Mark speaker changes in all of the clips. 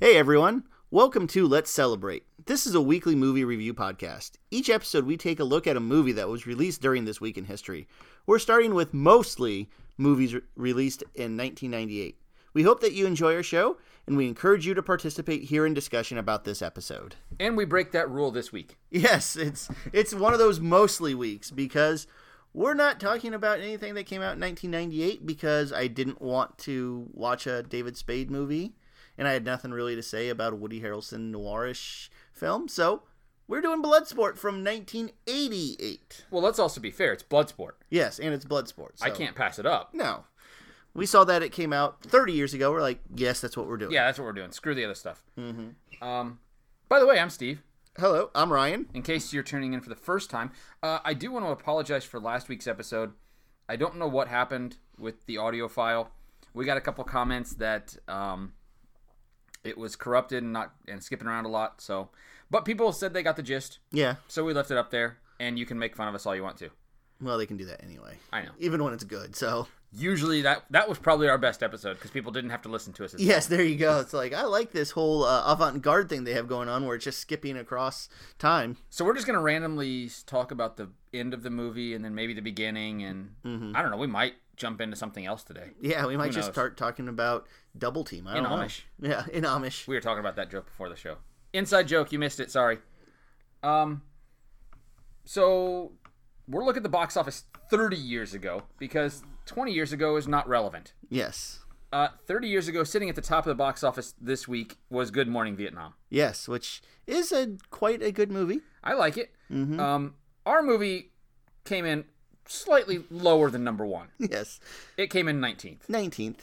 Speaker 1: Hey everyone, welcome to Let's Celebrate. This is a weekly movie review podcast. Each episode, we take a look at a movie that was released during this week in history. We're starting with mostly movies re- released in 1998. We hope that you enjoy our show, and we encourage you to participate here in discussion about this episode.
Speaker 2: And we break that rule this week.
Speaker 1: Yes, it's it's one of those mostly weeks because we're not talking about anything that came out in 1998 because I didn't want to watch a David Spade movie and I had nothing really to say about a Woody Harrelson noirish film. So we're doing Bloodsport from 1988.
Speaker 2: Well, let's also be fair. It's Bloodsport.
Speaker 1: Yes, and it's Bloodsport.
Speaker 2: I
Speaker 1: so-
Speaker 2: can't pass it up.
Speaker 1: No, we saw that it came out 30 years ago. We're like, yes, that's what we're doing.
Speaker 2: Yeah, that's what we're doing. Screw the other stuff. Mm-hmm. Um, by the way, I'm Steve.
Speaker 1: Hello, I'm Ryan.
Speaker 2: In case you're tuning in for the first time, uh, I do want to apologize for last week's episode. I don't know what happened with the audio file. We got a couple comments that um, it was corrupted and not and skipping around a lot. So, but people said they got the gist,
Speaker 1: Yeah.
Speaker 2: so we left it up there. And you can make fun of us all you want to.
Speaker 1: Well, they can do that anyway.
Speaker 2: I know.
Speaker 1: Even when it's good. So,
Speaker 2: Usually that that was probably our best episode because people didn't have to listen to us. As
Speaker 1: yes, there you go. It's like, I like this whole uh, avant garde thing they have going on where it's just skipping across time.
Speaker 2: So we're just gonna randomly talk about the end of the movie and then maybe the beginning, and I don't know. We might jump into something else today.
Speaker 1: Yeah, we might just
Speaker 2: knows?
Speaker 1: start talking about Double Team. I don't
Speaker 2: In
Speaker 1: know.
Speaker 2: Amish.
Speaker 1: Yeah, in Amish.
Speaker 2: We were talking about that joke before the show. Inside joke, you missed it. Sorry. Um. So we're looking at the box office 30 years ago because 20 years ago is not relevant.
Speaker 1: Yes.
Speaker 2: Uh, 30 years ago, sitting at the top of the box office this week was Good Morning Vietnam.
Speaker 1: Yes, which is a quite a good movie.
Speaker 2: I like it. Um, our movie came in slightly lower than number one.
Speaker 1: Yes,
Speaker 2: It came in 19th.
Speaker 1: 19th.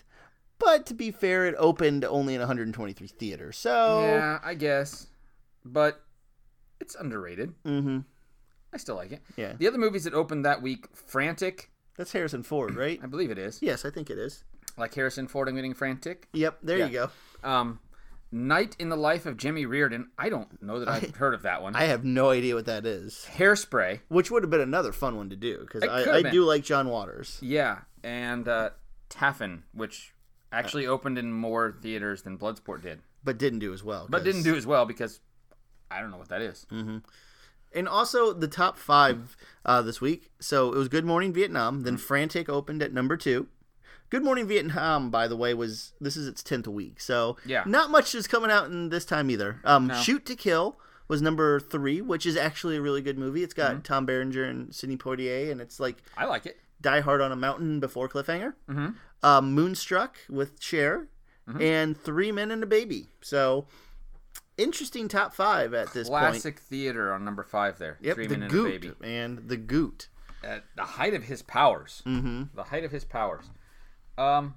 Speaker 1: But to be fair, it opened only in 123 theaters. So,
Speaker 2: Yeah, I guess. But it's underrated.
Speaker 1: hmm
Speaker 2: I still like it.
Speaker 1: Yeah.
Speaker 2: The other movies that opened that week, Frantic,
Speaker 1: that's Harrison Ford, right?
Speaker 2: I believe it is.
Speaker 1: yes, I think it is.
Speaker 2: Like Harrison Ford, I'm getting Frantic.
Speaker 1: Yep, there you go.
Speaker 2: Um, Night in the Life of Jimmy Reardon. I don't know that I've heard of that one.
Speaker 1: I have no idea what that is.
Speaker 2: Hairspray.
Speaker 1: Which would have been another fun one to do because
Speaker 2: It
Speaker 1: I,
Speaker 2: could've
Speaker 1: I
Speaker 2: been.
Speaker 1: do like John Waters.
Speaker 2: Yeah. And uh, Taffin, which
Speaker 1: Uh.
Speaker 2: actually opened in more theaters than Bloodsport did,
Speaker 1: but didn't do as well.
Speaker 2: but
Speaker 1: 'cause-
Speaker 2: didn't do as well because I don't know what that is.
Speaker 1: Mm. And also the top five uh, this week. So it was Good Morning Vietnam.
Speaker 2: Mm-hmm.
Speaker 1: Then Frantic opened at number two. Good Morning Vietnam, by the way, was this is its tenth week. So
Speaker 2: Yeah.
Speaker 1: not much is coming out in this time either. Um, Shoot to Kill was number three, which is actually a really good movie. It's got
Speaker 2: Mm-hmm.
Speaker 1: Tom Berenger and Sidney Poitier, and it's like
Speaker 2: I like it.
Speaker 1: Die Hard on a Mountain before Cliffhanger. Mm-hmm. Um, Moonstruck with Cher,
Speaker 2: Mm-hmm.
Speaker 1: and Three Men and a Baby. So interesting top five at this point.
Speaker 2: Classic theater on number five there.
Speaker 1: Yep,
Speaker 2: Three
Speaker 1: the
Speaker 2: Men and a
Speaker 1: Goot,
Speaker 2: Baby.
Speaker 1: man, the Goot.
Speaker 2: at the height of his powers. Mm-hmm. The height of his powers. Um,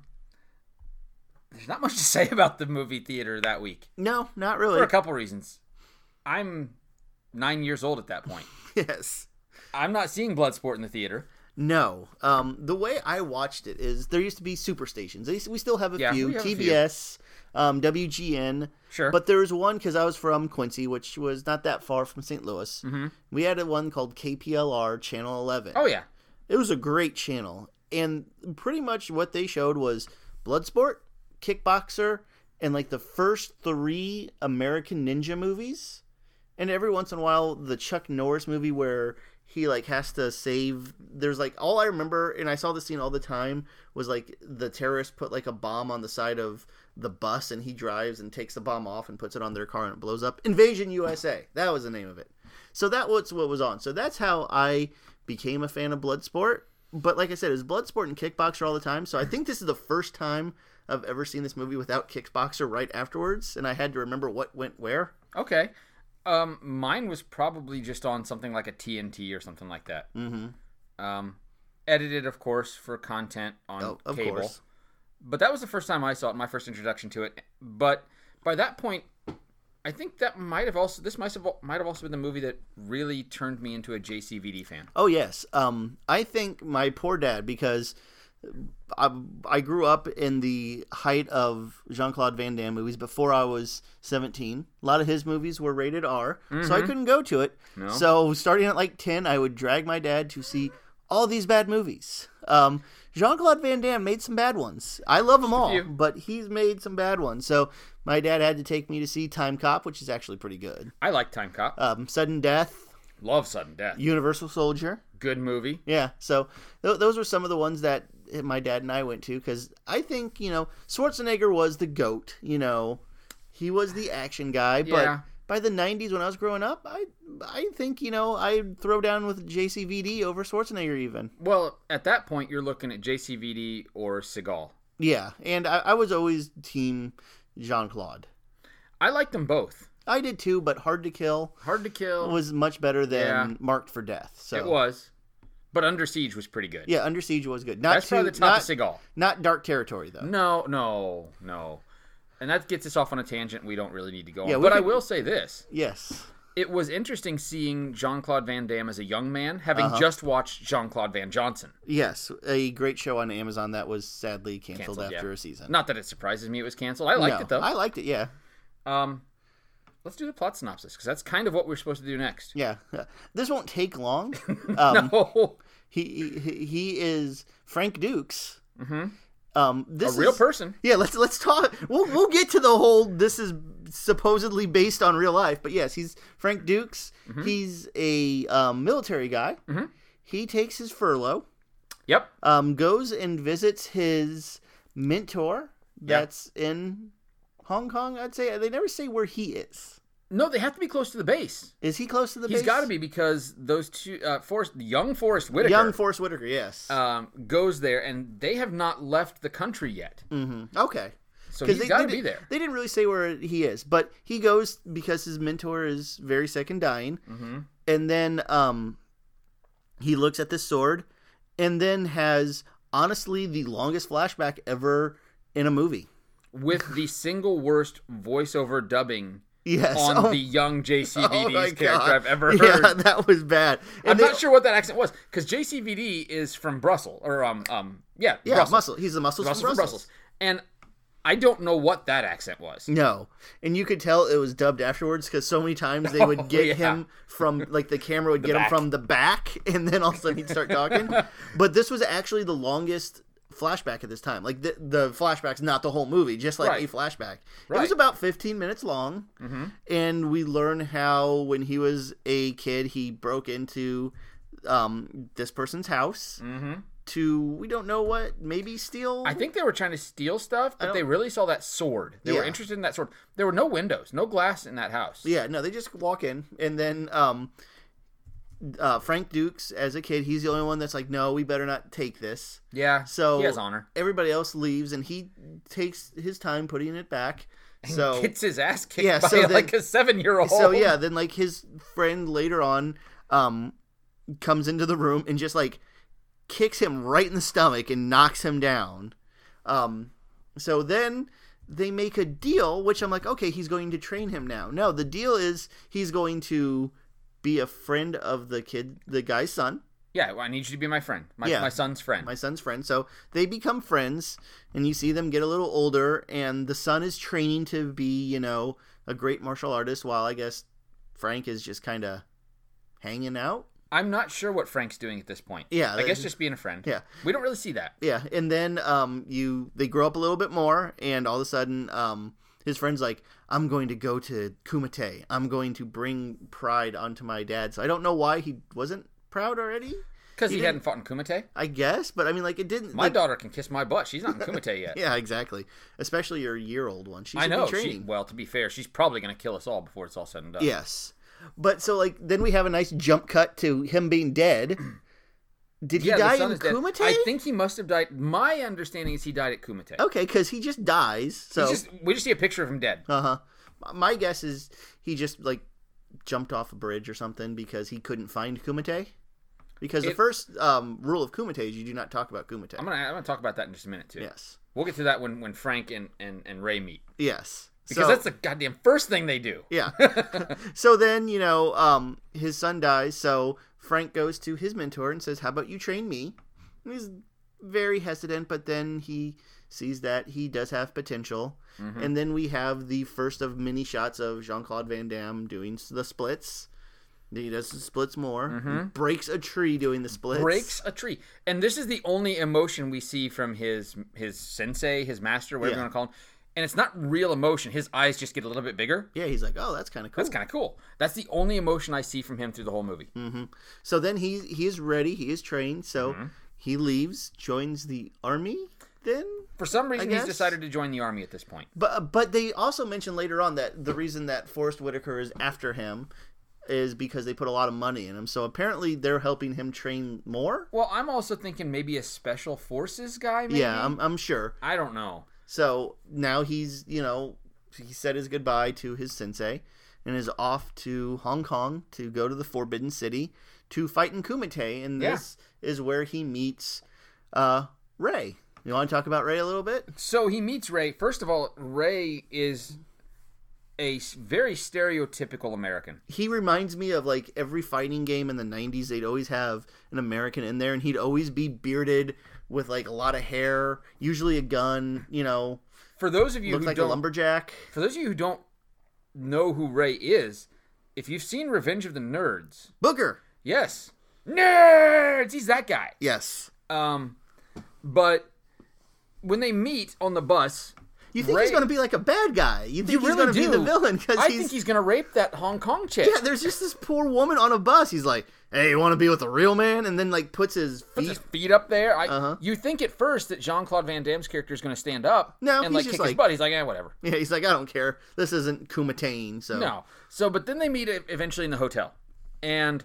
Speaker 2: there's not much to say about the movie theater that week
Speaker 1: No, not
Speaker 2: for
Speaker 1: really.
Speaker 2: a couple reasons. I'm nine years old at that point.
Speaker 1: yes.
Speaker 2: I'm not seeing Bloodsport in the theater.
Speaker 1: No. Um, the way I watched it is there used to be superstations. They, we still have a
Speaker 2: Yeah,
Speaker 1: few.
Speaker 2: we have a few.
Speaker 1: TBS, Um, WGN.
Speaker 2: Sure.
Speaker 1: But there was one because I was from Quincy, which was not that far from St. Louis. We had a one called KPLR Channel 11.
Speaker 2: Mm-hmm. oh yeah,
Speaker 1: It was a great channel. And pretty much what they showed was Bloodsport, Kickboxer, and like the first three American Ninja movies. And every once in a while, the Chuck Norris movie where he like has to save. There's like all I remember, and I saw this scene all the time was like the terrorist put like a bomb on the side of the bus, and he drives and takes the bomb off and puts it on their car, and it blows up. Invasion USA. That was the name of it. So that was what was on. So that's how I became a fan of Bloodsport. But like I said, it was Bloodsport and Kickboxer all the time. So I think this is the first time I've ever seen this movie without Kickboxer right afterwards, and I had to remember what went where.
Speaker 2: okay. Um, mine was probably just on something like a TNT or something like that. Mm-hmm. Um, edited, of course, for content on
Speaker 1: Oh, of
Speaker 2: cable.
Speaker 1: course.
Speaker 2: but that was the first time I saw it, my first introduction to it. But by that point, I think that might have also this might have might have also been the movie that really turned me into a JCVD fan.
Speaker 1: Oh yes. Um, I think my poor dad because I, I grew up in the height of Jean Claude Van Damme movies before I was seventeen. A lot of his movies were rated R, so I couldn't go to it. So starting at like ten, I would drag my dad to see all these bad movies. Um, Jean Claude Van Damme made some bad ones. I love them all,
Speaker 2: You-
Speaker 1: but he's made some bad ones. So my dad had to take me to see Time Cop, which is actually pretty good.
Speaker 2: I like Time Cop.
Speaker 1: Um, Sudden Death,
Speaker 2: Love Sudden Death.
Speaker 1: Universal Soldier.
Speaker 2: Good movie.
Speaker 1: Yeah. So th- those were some of the ones that my dad and I went to because I think you know Schwarzenegger was the goat. You know, he was the action guy. But
Speaker 2: Yeah.
Speaker 1: by the '90s, when I was growing up, I I think you know I'd throw down with JCVD over Schwarzenegger even.
Speaker 2: Well, at that point, you're looking at JCVD or Seagal.
Speaker 1: Yeah, and I, I was always team Jean Claude.
Speaker 2: I liked them both.
Speaker 1: I did too, but Hard to Kill
Speaker 2: Hard to Kill.
Speaker 1: was much better than
Speaker 2: Yeah.
Speaker 1: Marked for Death. So
Speaker 2: It was. But Under Siege was pretty good.
Speaker 1: yeah, Under Siege was good. Not
Speaker 2: That's
Speaker 1: too,
Speaker 2: probably the Mm. top
Speaker 1: not,
Speaker 2: of Seagal.
Speaker 1: not Dark Territory though.
Speaker 2: No, no, no. And that gets us off on a tangent we don't really need to go
Speaker 1: Yeah,
Speaker 2: on.
Speaker 1: we
Speaker 2: But I
Speaker 1: could-
Speaker 2: will say this.
Speaker 1: Yes.
Speaker 2: It was interesting seeing Jean Claude Van Damme as a young man, having
Speaker 1: Uh-huh.
Speaker 2: just watched Jean Claude Van Johnson.
Speaker 1: Yes, a great show on Amazon that was sadly canceled,
Speaker 2: Canceled, yeah.
Speaker 1: after a season.
Speaker 2: Not that it surprises me it was canceled. I liked
Speaker 1: No,
Speaker 2: it, though.
Speaker 1: I liked it. Yeah,
Speaker 2: Um, let's do the plot synopsis because that's kind of what we're supposed to do next.
Speaker 1: yeah. This won't take long. Um,
Speaker 2: no,
Speaker 1: he, he he is Frank Dukes. Mm-hmm. Um,
Speaker 2: a
Speaker 1: this
Speaker 2: real
Speaker 1: is,
Speaker 2: person.
Speaker 1: Yeah, let's let's talk. We'll we'll get to the whole. This is supposedly based on real life, but yes, he's Frank Dukes.
Speaker 2: Mm-hmm.
Speaker 1: He's a um, military guy. He takes his furlough,
Speaker 2: Yep.
Speaker 1: um, goes and visits his mentor
Speaker 2: Yeah.
Speaker 1: that's in Hong Kong. I'd say they never say where he is.
Speaker 2: No, they have to be close to the base.
Speaker 1: Is he close to the
Speaker 2: He's
Speaker 1: base?
Speaker 2: got to be because those two, uh, Forrest, young Forrest Whitaker,
Speaker 1: Young Forrest Whitaker, yes.
Speaker 2: um, goes there, and they have not left the country yet.
Speaker 1: okay.
Speaker 2: So
Speaker 1: Mm. 'Cause
Speaker 2: he's
Speaker 1: they-
Speaker 2: got
Speaker 1: they
Speaker 2: to be
Speaker 1: did-
Speaker 2: there.
Speaker 1: They didn't really say where he is, but he goes because his mentor is very sick and dying.
Speaker 2: Mm-hmm.
Speaker 1: And then um, he looks at this sword and then has honestly the longest flashback ever in a movie.
Speaker 2: With the single worst voiceover dubbing
Speaker 1: Yes.
Speaker 2: on
Speaker 1: Oh,
Speaker 2: the young
Speaker 1: oh
Speaker 2: JCVD's
Speaker 1: my
Speaker 2: character
Speaker 1: God.
Speaker 2: I've ever heard.
Speaker 1: Yeah, that was bad. And
Speaker 2: I'm
Speaker 1: they-
Speaker 2: not sure what that accent was because JCVD is from Brussels, or um, um, yeah,
Speaker 1: Yeah,
Speaker 2: Brussels.
Speaker 1: muscle. He's the muscle from
Speaker 2: Russell
Speaker 1: Brussels.
Speaker 2: from Brussels. And I don't know what that accent was.
Speaker 1: No, and you could tell it was dubbed afterwards because so many times they would get
Speaker 2: Oh, yeah.
Speaker 1: him from like the camera would get
Speaker 2: back.
Speaker 1: him from the back, and then all of a sudden he'd start talking. but this was actually the longest flashback at this time. Like the, the flashback's not the whole movie, just like
Speaker 2: Right.
Speaker 1: a flashback. It
Speaker 2: Right. Mm-hmm.
Speaker 1: was about 15 minutes long, and we learn how when he was a kid he broke into um, this person's house to we don't know what maybe steal.
Speaker 2: Mm-hmm. I think they were trying to steal stuff, but they really saw that sword. They were
Speaker 1: Yeah.
Speaker 2: interested in that sword. There were no windows, no glass in that house.
Speaker 1: Yeah, no, they just walk in, and then um, uh, Frank Dukes, as a kid, he's the only one that's like, "No, we better not take this."
Speaker 2: Yeah.
Speaker 1: So
Speaker 2: he has honor.
Speaker 1: Everybody else leaves, and he takes his time putting it back. So
Speaker 2: Gets his ass kicked
Speaker 1: Yeah,
Speaker 2: by
Speaker 1: so then-
Speaker 2: like a seven year old.
Speaker 1: so yeah, then like his friend later on, um, comes into the room and just like kicks him right in the stomach and knocks him down. Um, so then they make a deal, which I'm like, okay, he's going to train him now. No, the deal is he's going to be a friend of the kid, the guy's son,
Speaker 2: Yeah, well, I need you to be my friend. My,
Speaker 1: Yeah.
Speaker 2: my son's friend.
Speaker 1: my son's friend. So they become friends, and you see them get a little older, and the son is training to be, you know, a great martial artist, while I guess Frank is just kind of hanging out.
Speaker 2: I'm not sure what Frank's doing at this point.
Speaker 1: Yeah,
Speaker 2: I guess
Speaker 1: that-
Speaker 2: just being a friend.
Speaker 1: yeah.
Speaker 2: We don't really see that.
Speaker 1: Yeah, and then um, you they grow up a little bit more, and all of a sudden, um, his friend's like, "I'm going to go to Kumite. I'm going to bring pride onto my dad." So I don't know why he wasn't proud already.
Speaker 2: Because he,
Speaker 1: didn't-
Speaker 2: hadn't fought in Kumite.
Speaker 1: I guess, but I mean, like it didn't.
Speaker 2: My
Speaker 1: like-
Speaker 2: daughter can kiss my butt. She's not in Kumite yet.
Speaker 1: yeah, exactly. Especially your year-old one. She should
Speaker 2: I know.
Speaker 1: Be training.
Speaker 2: She, well, to be fair, she's probably going to kill us all before it's all said and done.
Speaker 1: Yes. But so like then we have a nice jump cut to him being dead. Did he
Speaker 2: Yeah, the
Speaker 1: die
Speaker 2: son
Speaker 1: in
Speaker 2: is dead.
Speaker 1: Kumite?
Speaker 2: I think he must have died. My understanding is he died at Kumite.
Speaker 1: okay, because he just dies.
Speaker 2: He
Speaker 1: Oh, So
Speaker 2: just- we just see a picture of him dead.
Speaker 1: uh huh. My guess is he just like jumped off a bridge or something because he couldn't find Kumite. Because the
Speaker 2: It-
Speaker 1: first um, rule of Kumite is you do not talk about Kumite.
Speaker 2: I'm gonna I'm gonna talk about that in just a minute too.
Speaker 1: Yes.
Speaker 2: We'll get to that when when Frank and and, and Ray meet
Speaker 1: Yes.
Speaker 2: because
Speaker 1: So-
Speaker 2: that's the goddamn first thing they do.
Speaker 1: Yeah. so then, you know, um, his son dies. So Frank goes to his mentor and says, How about you train me? And he's very hesitant, but then he sees that he does have potential.
Speaker 2: Mm-hmm.
Speaker 1: And then we have the first of many shots of Jean Claude Van Damme doing s- the splits. He does the splits more. Breaks a tree doing the splits.
Speaker 2: Mm-hmm. breaks a tree, and this is the only emotion we see from his his sensei, his master, whatever
Speaker 1: Yeah.
Speaker 2: you want to call him. And it's not real emotion. His eyes just get a little bit bigger.
Speaker 1: Yeah, he's like, oh, that's kind of cool.
Speaker 2: That's kind of cool. That's the only emotion I see from him through the whole movie.
Speaker 1: Hmm. So then he he is ready. He is trained. So
Speaker 2: Mm-hmm.
Speaker 1: he leaves, joins the army. Then,
Speaker 2: For some reason, he's
Speaker 1: guess.
Speaker 2: decided to join the army at this point.
Speaker 1: but uh, but they also mention later on that the reason that Forrest Whitaker is after him is because they put a lot of money in him. So apparently they're helping him train more.
Speaker 2: Well, I'm also thinking maybe a special forces guy. Maybe?
Speaker 1: Yeah, I'm I'm sure.
Speaker 2: I don't know.
Speaker 1: So now he's you know he said his goodbye to his sensei and is off to Hong Kong to go to the Forbidden City to fight in Kumite. And
Speaker 2: Yeah.
Speaker 1: this is where he meets uh, Ray. You want to talk about Ray a little bit?
Speaker 2: So he meets Ray. First of all, Ray is a s- very stereotypical American.
Speaker 1: he reminds me of like every fighting game in the 90s they'd always have an american in there and he'd always be bearded with like a lot of hair usually a gun you know
Speaker 2: For those of you
Speaker 1: looked
Speaker 2: who
Speaker 1: like a
Speaker 2: don't,
Speaker 1: lumberjack
Speaker 2: for those of you who don't know who Ray is, if you've seen Revenge of the Nerds,
Speaker 1: booger
Speaker 2: yes, nerds, he's that guy.
Speaker 1: yes
Speaker 2: Um, but when they meet on the bus,
Speaker 1: you think he's
Speaker 2: Ray-
Speaker 1: going to be like a bad guy you think
Speaker 2: you
Speaker 1: he's
Speaker 2: really
Speaker 1: going to be
Speaker 2: do.
Speaker 1: the villain because
Speaker 2: I
Speaker 1: he's,
Speaker 2: think he's gonna rape that Hong Kong chick.
Speaker 1: yeah there's just this poor woman on a bus he's like hey you want to be with a real man and then like puts his
Speaker 2: Puts
Speaker 1: feet
Speaker 2: his feet up there. I,
Speaker 1: Uh-huh.
Speaker 2: You think at first that Jean Claude Van Damme's character is gonna stand up
Speaker 1: No,
Speaker 2: and
Speaker 1: he's
Speaker 2: like
Speaker 1: just
Speaker 2: kick his
Speaker 1: like-
Speaker 2: butt. He's like, yeah, whatever.
Speaker 1: yeah he's like i don't care this isn't kumatain so
Speaker 2: No. So, but then they meet e- eventually in the hotel, and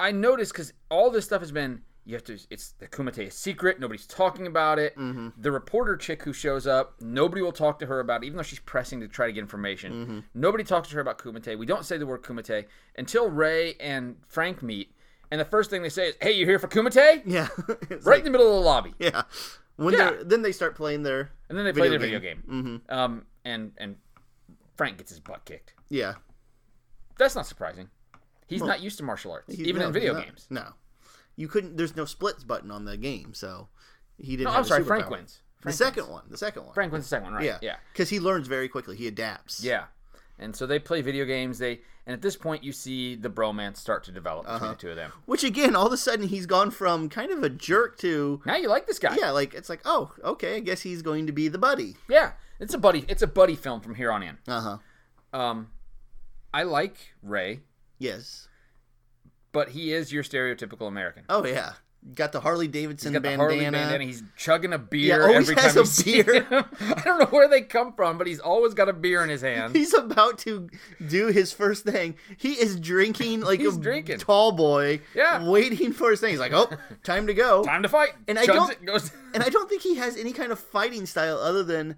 Speaker 2: I noticed because all this stuff has been you have to. It's the Kumite is secret. Nobody's talking about it. The reporter chick who shows up, nobody will talk to her about it, even though she's pressing to try to get information. Nobody talks to her about Kumite. We don't say the word Kumite until Ray and Frank meet, and the first thing they say is, "Hey, you here for Kumite?" Right
Speaker 1: yeah It's
Speaker 2: in the middle of the lobby,
Speaker 1: like- yeah when
Speaker 2: Yeah.
Speaker 1: they're then they start playing their
Speaker 2: and then they play
Speaker 1: Video
Speaker 2: the video game. Um, and and Frank gets his butt kicked.
Speaker 1: yeah
Speaker 2: That's not surprising. He's not used to martial arts,
Speaker 1: He-
Speaker 2: even
Speaker 1: no,
Speaker 2: in video
Speaker 1: no,
Speaker 2: games.
Speaker 1: No, you couldn't. There's no splits button on the game, so he didn't.
Speaker 2: No,
Speaker 1: have
Speaker 2: Oh, I'm
Speaker 1: a
Speaker 2: sorry, Frank
Speaker 1: superpower.
Speaker 2: wins.
Speaker 1: The
Speaker 2: Frank
Speaker 1: second one. The second one.
Speaker 2: Frank wins the second one, right?
Speaker 1: yeah,
Speaker 2: yeah,
Speaker 1: Because he learns very quickly. He adapts.
Speaker 2: yeah. And so they play video games. They and at this point, you see the bromance start to develop between
Speaker 1: Uh-huh.
Speaker 2: the two of them.
Speaker 1: Which again, all of a sudden, he's gone from kind of a jerk to
Speaker 2: Now you like this guy.
Speaker 1: yeah, like it's like oh, okay, I guess he's going to be the buddy.
Speaker 2: yeah. It's a buddy. It's a buddy film from here on in.
Speaker 1: Uh huh.
Speaker 2: Um, I like Ray,
Speaker 1: Yes.
Speaker 2: but he is your stereotypical American.
Speaker 1: Oh yeah. Got the Harley Davidson
Speaker 2: He's got the
Speaker 1: bandana.
Speaker 2: Harley bandana. He's chugging a
Speaker 1: Yeah,
Speaker 2: beer
Speaker 1: always
Speaker 2: every
Speaker 1: has
Speaker 2: time you
Speaker 1: a
Speaker 2: see
Speaker 1: beer.
Speaker 2: him. I don't know where they come from, but he's always got a beer in his hand.
Speaker 1: He's about to do his first thing. He is drinking like
Speaker 2: He's
Speaker 1: a
Speaker 2: drinking.
Speaker 1: tall boy.
Speaker 2: Yeah.
Speaker 1: Waiting for his thing. He's like, oh, time to go.
Speaker 2: Time to fight.
Speaker 1: And I
Speaker 2: Chugs
Speaker 1: don't-
Speaker 2: it, goes-
Speaker 1: and I don't think he has any kind of fighting style other than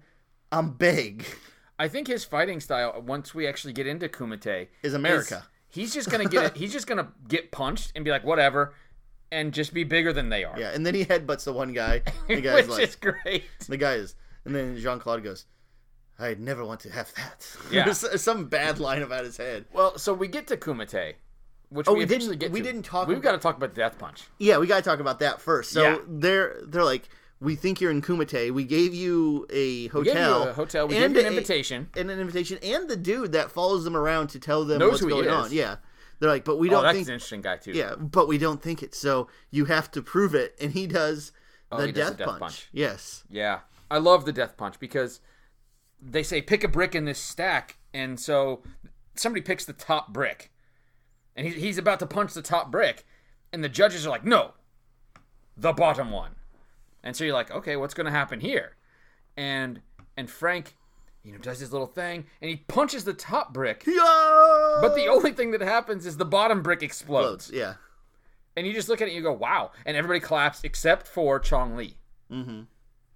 Speaker 1: I'm big.
Speaker 2: I think his fighting style, once we actually get into Kumite,
Speaker 1: Is America.
Speaker 2: he's just gonna get he's just gonna get punched and be like whatever, and just be bigger than they are,
Speaker 1: Yeah, and then he headbutts the one guy. The
Speaker 2: which
Speaker 1: guy's like,
Speaker 2: is great.
Speaker 1: the guy is, and then Jean Claude goes, "I'd never want to have that."
Speaker 2: Yeah.
Speaker 1: S- some bad line about his head.
Speaker 2: Well, so we get to Kumite, which
Speaker 1: Oh, we
Speaker 2: we
Speaker 1: didn't-
Speaker 2: eventually get.
Speaker 1: we
Speaker 2: to.
Speaker 1: didn't talk
Speaker 2: We've
Speaker 1: about-
Speaker 2: got to talk about the Death Punch.
Speaker 1: Yeah, we gotta talk about that first. So
Speaker 2: Yeah.
Speaker 1: they're they're like, "We think you're in Kumite. We gave you a hotel,
Speaker 2: We gave you a hotel. We
Speaker 1: and
Speaker 2: gave you an
Speaker 1: a-
Speaker 2: invitation.
Speaker 1: and an invitation, and the dude that follows them around to tell them what's
Speaker 2: Knows who he
Speaker 1: going
Speaker 2: is.
Speaker 1: on." Yeah, they're like, "But we
Speaker 2: Oh,
Speaker 1: don't
Speaker 2: that's
Speaker 1: think
Speaker 2: an interesting guy too.
Speaker 1: Yeah, but we don't think it, so you have to prove it. And he does the,
Speaker 2: Oh, he
Speaker 1: death,
Speaker 2: does the death
Speaker 1: punch.
Speaker 2: punch.
Speaker 1: Yes.
Speaker 2: Yeah. I love the death punch because they say pick a brick in this stack, and so somebody picks the top brick. And he, he's about to punch the top brick, and the judges are like, no, the bottom one. And so you're like, okay, what's going to happen here? And and Frank, you know, does his little thing, and he punches the top brick.
Speaker 1: Yeah.
Speaker 2: But the only thing that happens is the bottom brick explodes.
Speaker 1: yeah,
Speaker 2: And you just look at it and you go, wow. And everybody claps except for Chong Lee. Mm-hmm.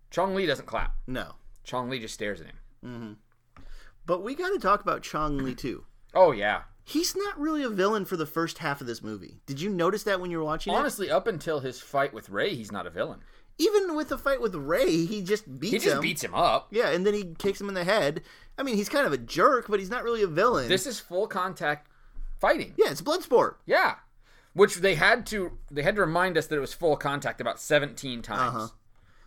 Speaker 2: Chong Lee doesn't clap.
Speaker 1: no.
Speaker 2: Chong Lee just stares at him.
Speaker 1: But we got to talk about Chong Li too.
Speaker 2: Oh yeah.
Speaker 1: He's not really a villain for the first half of this movie. Did you notice that when you were watching it?
Speaker 2: Honestly, up until his fight with Ray, he's not a villain.
Speaker 1: Even with the fight with Ray, he just beats
Speaker 2: He just
Speaker 1: him.
Speaker 2: beats him up.
Speaker 1: yeah, and then he kicks him in the head. I mean, he's kind of a jerk, but he's not really a villain.
Speaker 2: This is full contact fighting.
Speaker 1: yeah, it's Bloodsport.
Speaker 2: Yeah. Which they had to they had to remind us that it was
Speaker 1: Uh-huh.
Speaker 2: full contact about 17 times.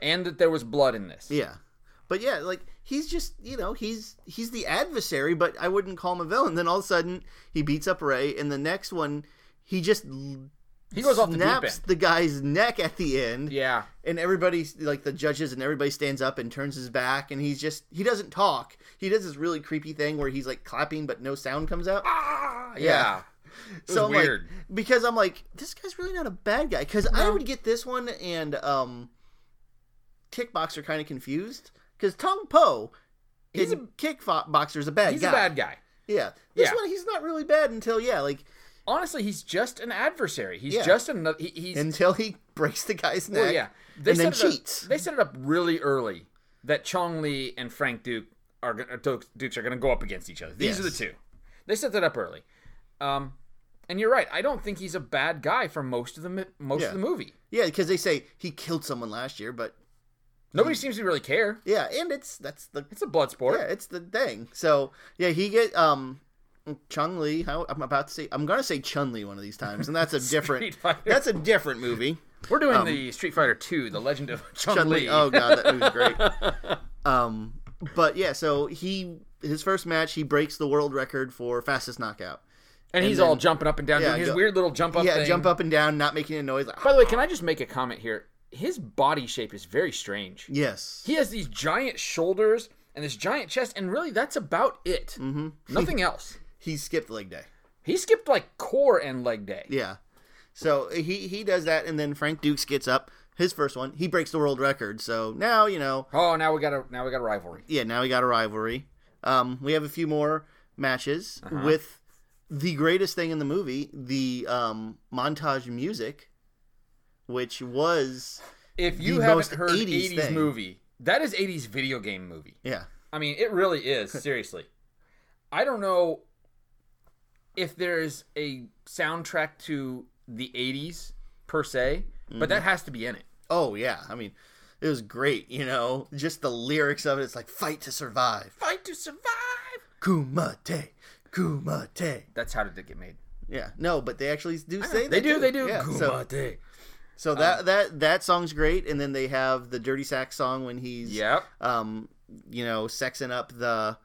Speaker 2: And that there was blood in this.
Speaker 1: Yeah. But yeah, like he's just you know he's he's the adversary, but I wouldn't call him a villain. Then all of a sudden he beats up Ray, and the next one he just
Speaker 2: He goes off the deep
Speaker 1: snaps
Speaker 2: end.
Speaker 1: the guy's neck at the end,
Speaker 2: Yeah.
Speaker 1: and everybody like the judges and everybody stands up and turns his back, and he's just he doesn't talk. He does this really creepy thing where he's like clapping, but no sound comes out.
Speaker 2: Ah, yeah.
Speaker 1: Yeah.
Speaker 2: It was
Speaker 1: so I'm
Speaker 2: weird.
Speaker 1: like because I'm like this guy's really not a bad guy because I would get this one and um kickboxer kind of confused because Tong Po
Speaker 2: He's
Speaker 1: he's
Speaker 2: a-
Speaker 1: in kickboxer is a bad
Speaker 2: he's
Speaker 1: guy
Speaker 2: a bad guy.
Speaker 1: yeah this
Speaker 2: Yeah.
Speaker 1: one he's not really bad until yeah like
Speaker 2: Honestly, he's just an adversary. He's
Speaker 1: Yeah.
Speaker 2: just another. He, he's
Speaker 1: until he breaks the guy's neck
Speaker 2: well, yeah. They
Speaker 1: and then
Speaker 2: set it up-
Speaker 1: cheats.
Speaker 2: they set it up really early that Chong Li and Frank Duke are gonna- Duke- Dukes are going to go up against each other. These are the
Speaker 1: Yes.
Speaker 2: two. They set that up early. Um, and you're right. I don't think he's a bad guy for most of the mi- most
Speaker 1: Yeah.
Speaker 2: of the movie.
Speaker 1: yeah because they say he killed someone last year but
Speaker 2: Nobody seems to really care.
Speaker 1: yeah and it's that's the
Speaker 2: It's a blood sport.
Speaker 1: Mm-hmm. yeah it's the thing so yeah he get um. Chung Li, how I'm about to say, I'm gonna say Chun Li one of these times, and that's a different,
Speaker 2: Street Fighter.
Speaker 1: that's a different movie.
Speaker 2: We're doing the Street Fighter 2, The Legend of Chun
Speaker 1: Um, Chun-Li.
Speaker 2: Li.
Speaker 1: Oh god, that movie's great. um, but yeah, so he his first match he breaks the world record for fastest knockout.
Speaker 2: and he's
Speaker 1: then-
Speaker 2: all jumping up and down,
Speaker 1: Yeah,
Speaker 2: doing his
Speaker 1: go-
Speaker 2: weird little jump up
Speaker 1: yeah,
Speaker 2: thing.
Speaker 1: jump up and down, not making a noise. Like, "Ah."
Speaker 2: By the way, can I just make a comment here? His body shape is very strange.
Speaker 1: yes,
Speaker 2: He has these giant shoulders and this giant chest, and really that's about it. Mm-hmm. Nothing else.
Speaker 1: he skipped leg day.
Speaker 2: He skipped like core and leg day.
Speaker 1: Yeah, so he he does that, and then Frank Dukes gets up his first one. He breaks the world record. So now you know,
Speaker 2: Oh, now we got a now we got a rivalry.
Speaker 1: yeah, now we got a rivalry. Um, we have a few more matches with the greatest thing in the movie, the um montage music, which was
Speaker 2: If you
Speaker 1: The
Speaker 2: haven't
Speaker 1: most
Speaker 2: heard
Speaker 1: 80s
Speaker 2: 80s,
Speaker 1: thing.
Speaker 2: movie, that is 80s video game movie.
Speaker 1: yeah.
Speaker 2: I mean, it really is. Seriously, I don't know if there's a soundtrack to the '80s per se, but
Speaker 1: Mm-hmm.
Speaker 2: that has to be in it.
Speaker 1: Oh yeah, I mean, it was great. You know, just the lyrics of it. It's like fight to survive.
Speaker 2: Fight to survive.
Speaker 1: Kumite, kumite.
Speaker 2: That's how did it get made?
Speaker 1: Yeah, no, but they actually do say that
Speaker 2: Ah, They do.
Speaker 1: too.
Speaker 2: They do. Uh.
Speaker 1: Yeah, so,
Speaker 2: Kumate.
Speaker 1: so that that that song's great, and then they have the dirty sax song when he's
Speaker 2: Yep.
Speaker 1: um, you know, sexing up the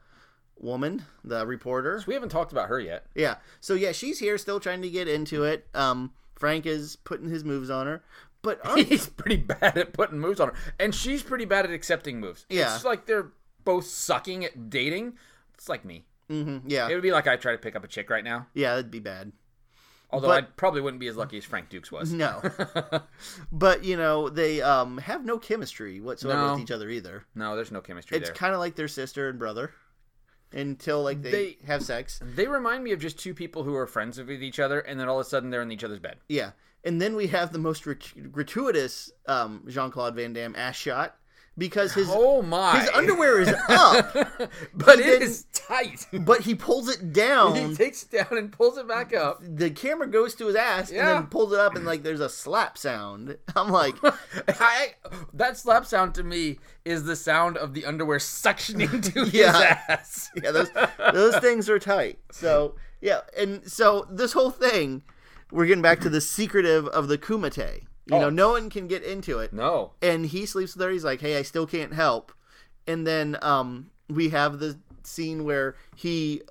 Speaker 1: woman, the reporter.
Speaker 2: We haven't talked about her yet.
Speaker 1: Yeah. So yeah, she's here still trying to get into it. Um, Frank is putting his moves on her, but uh, aren't
Speaker 2: He's pretty bad at putting moves on her, and she's pretty bad at accepting moves.
Speaker 1: Yeah.
Speaker 2: It's like they're both sucking at dating. It's like me.
Speaker 1: Mhm, yeah,
Speaker 2: It would be like I try to pick up a chick right now.
Speaker 1: yeah, that'd be bad.
Speaker 2: Although
Speaker 1: But-
Speaker 2: I probably wouldn't be as lucky as Frank Dukes was.
Speaker 1: No. but you know, they um have no chemistry whatsoever
Speaker 2: No.
Speaker 1: with each other either.
Speaker 2: No, there's no chemistry
Speaker 1: Mm-hmm. It's
Speaker 2: there.
Speaker 1: kind of like their sister and brother until like they,
Speaker 2: They-
Speaker 1: have sex.
Speaker 2: They remind me of just two people who are friends with each other, and then all of a sudden they're in each other's bed.
Speaker 1: Yeah. And then we have the most grat- gratuitous um, Jean-Claude Van Damme ass shot because his
Speaker 2: Oh my!
Speaker 1: his underwear is up,
Speaker 2: but
Speaker 1: he
Speaker 2: it
Speaker 1: didn't-
Speaker 2: is tight.
Speaker 1: but he pulls it
Speaker 2: he
Speaker 1: down.
Speaker 2: takes it down and pulls it back up.
Speaker 1: The camera goes to his ass
Speaker 2: Yeah.
Speaker 1: and then pulls it up and like there's a slap sound. I'm like,
Speaker 2: I, that slap sound to me is the sound of the underwear suctioning to
Speaker 1: Yeah.
Speaker 2: his ass.
Speaker 1: yeah, those those things are tight. So yeah, and so this whole thing, we're getting back to the secretive of the kumite. You
Speaker 2: Oh.
Speaker 1: know, no one can get into it,
Speaker 2: No.
Speaker 1: and he sleeps with her. He's like, "Hey, I still can't help." And then um, we have the scene where he,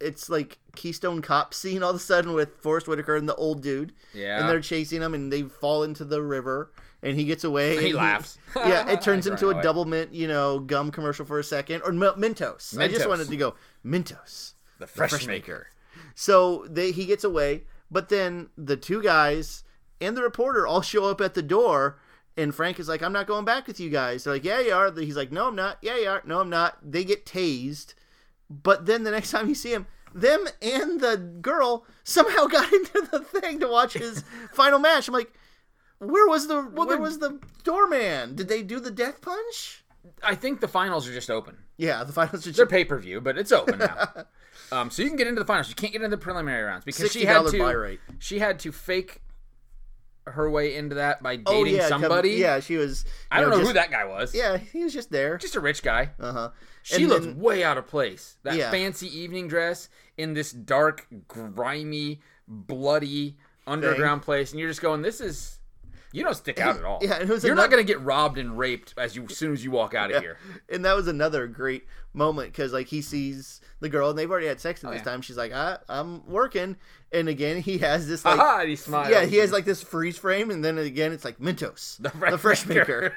Speaker 1: it's like Keystone Cop scene all of a sudden with Forrest Whitaker and the old dude,
Speaker 2: Yeah.
Speaker 1: and they're chasing him, and they fall into the river, and he gets away. and
Speaker 2: he laughs.
Speaker 1: yeah, it turns into
Speaker 2: Right
Speaker 1: a
Speaker 2: away.
Speaker 1: double mint, you know, gum commercial for a second, or Mel- Mentos. I
Speaker 2: Mentos.
Speaker 1: just wanted to go Mentos.
Speaker 2: The fresh,
Speaker 1: fresh
Speaker 2: maker.
Speaker 1: So they he gets away, but then the two guys and the reporter all show up at the door, and Frank is like, "I'm not going back with you guys." They're like, "Yeah, you are." He's like, "No, I'm not." Yeah, you are. No, I'm not. They get tased, but then the next time you see him. Them and the girl somehow got into the thing to watch his final match. I'm like, where was the where was the doorman? Did they do the death punch?
Speaker 2: I think the finals are just open.
Speaker 1: Yeah, the finals are
Speaker 2: They're pay per view, but it's open now. um, so you can get into the finals. You can't get into the preliminary rounds because she had
Speaker 1: $60
Speaker 2: to.
Speaker 1: buy rate.
Speaker 2: She had to fake her way into that by dating
Speaker 1: oh yeah, come-
Speaker 2: somebody.
Speaker 1: yeah, she was.
Speaker 2: I don't know
Speaker 1: just,
Speaker 2: who that guy was.
Speaker 1: Yeah, he was just there.
Speaker 2: Just a rich guy.
Speaker 1: Uh huh.
Speaker 2: She looked way out of place. That
Speaker 1: Yeah.
Speaker 2: fancy evening dress in this dark, grimy, bloody underground place, and you're just going, "This is You don't stick out at all.
Speaker 1: Yeah, it was
Speaker 2: You're not
Speaker 1: another-
Speaker 2: going to get robbed and raped as you as soon as you walk out of here.
Speaker 1: And that was another great moment because like he sees the girl and they've already had sex at this
Speaker 2: Oh, yeah.
Speaker 1: time. She's like, I, I'm working, and again he has this like,
Speaker 2: Aha! And he smiles.
Speaker 1: yeah, he has like this freeze frame, and then again it's like Mentos, the,
Speaker 2: fresh
Speaker 1: fresh maker.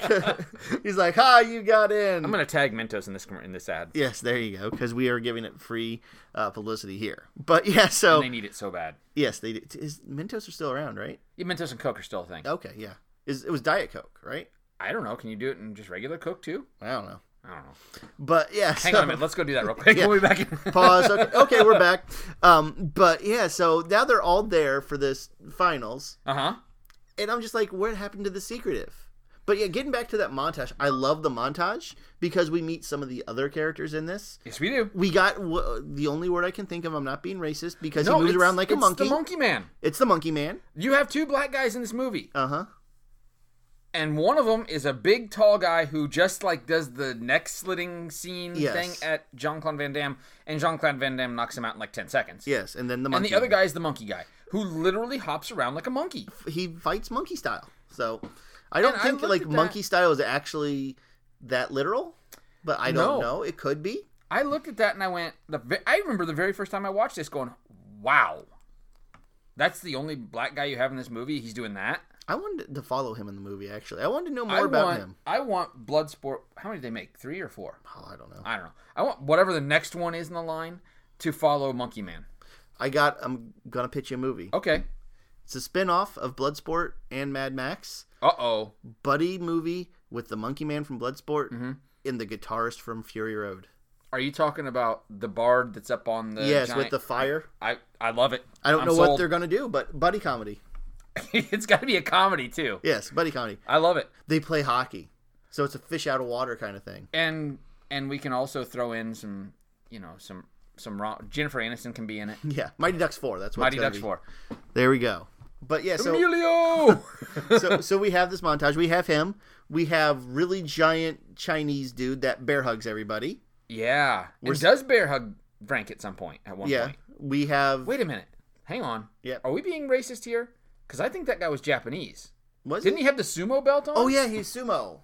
Speaker 2: maker.
Speaker 1: He's like, ha, you got in.
Speaker 2: I'm going to tag Mentos in this com- in this ad.
Speaker 1: yes, there you go, because we are giving it free uh, publicity here. But yeah, so
Speaker 2: They need it so bad.
Speaker 1: yes, they did. Is Mentos are still around, right?
Speaker 2: Yeah, Mentos and Coke are still a thing.
Speaker 1: Okay, yeah. Is it was Diet Coke, right?
Speaker 2: I don't know. Can you do it in just regular Coke too?
Speaker 1: I don't know,
Speaker 2: I don't know.
Speaker 1: but yeah.
Speaker 2: Hang
Speaker 1: so-
Speaker 2: on a minute. Let's go do that real quick. We'll be back. In-
Speaker 1: pause. Okay, okay, we're back. Um, but yeah, so now they're all there for this finals,
Speaker 2: uh huh.
Speaker 1: and I'm just like, what happened to the secretive? But yeah, getting back to that montage, I love the montage because we meet some of the other characters in this.
Speaker 2: Yes, we do.
Speaker 1: We got w- the only word I can think of. I'm not being racist because
Speaker 2: No,
Speaker 1: he moves
Speaker 2: it's-
Speaker 1: around like a
Speaker 2: it's
Speaker 1: monkey.
Speaker 2: The monkey man.
Speaker 1: it's the monkey man.
Speaker 2: You have two black guys in this movie,
Speaker 1: Uh huh.
Speaker 2: and one of them is a big, tall guy who just like does the neck slitting scene
Speaker 1: Yes.
Speaker 2: thing at Jean Claude Van Damme, and Jean Claude Van Damme knocks him out in like ten seconds.
Speaker 1: Yes, and then the
Speaker 2: And
Speaker 1: monkey.
Speaker 2: the other
Speaker 1: man.
Speaker 2: guy is the monkey guy who literally hops around like a monkey.
Speaker 1: he fights monkey style. So I don't
Speaker 2: And I
Speaker 1: think
Speaker 2: looked
Speaker 1: like
Speaker 2: at that-
Speaker 1: monkey style is actually that literal, but I don't
Speaker 2: No.
Speaker 1: know. It could be.
Speaker 2: I looked at that and I went. The ve- I remember the very first time I watched this, going, "Wow, that's the only black guy you have in this movie. He's doing that."
Speaker 1: I wanted to follow him in the movie. Actually, I wanted to know more
Speaker 2: I
Speaker 1: about
Speaker 2: want.
Speaker 1: him.
Speaker 2: I want Bloodsport. How many did they make? Three or four?
Speaker 1: Oh, I don't know.
Speaker 2: I don't know. I want whatever the next one is in the line to follow Monkey Man.
Speaker 1: I got. I'm gonna pitch you a movie.
Speaker 2: Okay.
Speaker 1: It's a spin-off of Bloodsport and Mad Max
Speaker 2: Uh oh.
Speaker 1: buddy movie with the Monkey Man from Bloodsport
Speaker 2: Mm-hmm.
Speaker 1: and the guitarist from Fury Road.
Speaker 2: Are you talking about the bard that's up on the?
Speaker 1: yes,
Speaker 2: giant-
Speaker 1: with the fire.
Speaker 2: I I love it.
Speaker 1: I don't
Speaker 2: I'm
Speaker 1: know what
Speaker 2: sold.
Speaker 1: they're gonna do, but buddy comedy.
Speaker 2: it's got to be a comedy too.
Speaker 1: Yes, buddy comedy.
Speaker 2: I love it.
Speaker 1: They play hockey, so it's a fish out of water kind of thing.
Speaker 2: And and we can also throw in some, you know, some some raw. Jennifer Aniston can be in it.
Speaker 1: Yeah, Mighty Ducks four. That's what
Speaker 2: Mighty
Speaker 1: it's gonna
Speaker 2: Ducks
Speaker 1: be.
Speaker 2: Four.
Speaker 1: There we go. But yeah, so
Speaker 2: Emilio.
Speaker 1: so so we have this montage. We have him. We have really giant Chinese dude that bear hugs everybody.
Speaker 2: yeah. And does Bear hug Frank at some point? At one
Speaker 1: Yeah,
Speaker 2: point.
Speaker 1: we have.
Speaker 2: Wait a minute. Hang on.
Speaker 1: Yeah.
Speaker 2: Are we being racist here? Because I think that guy was Japanese.
Speaker 1: was
Speaker 2: Didn't
Speaker 1: it?
Speaker 2: he have the sumo belt on?
Speaker 1: Oh yeah, he's sumo.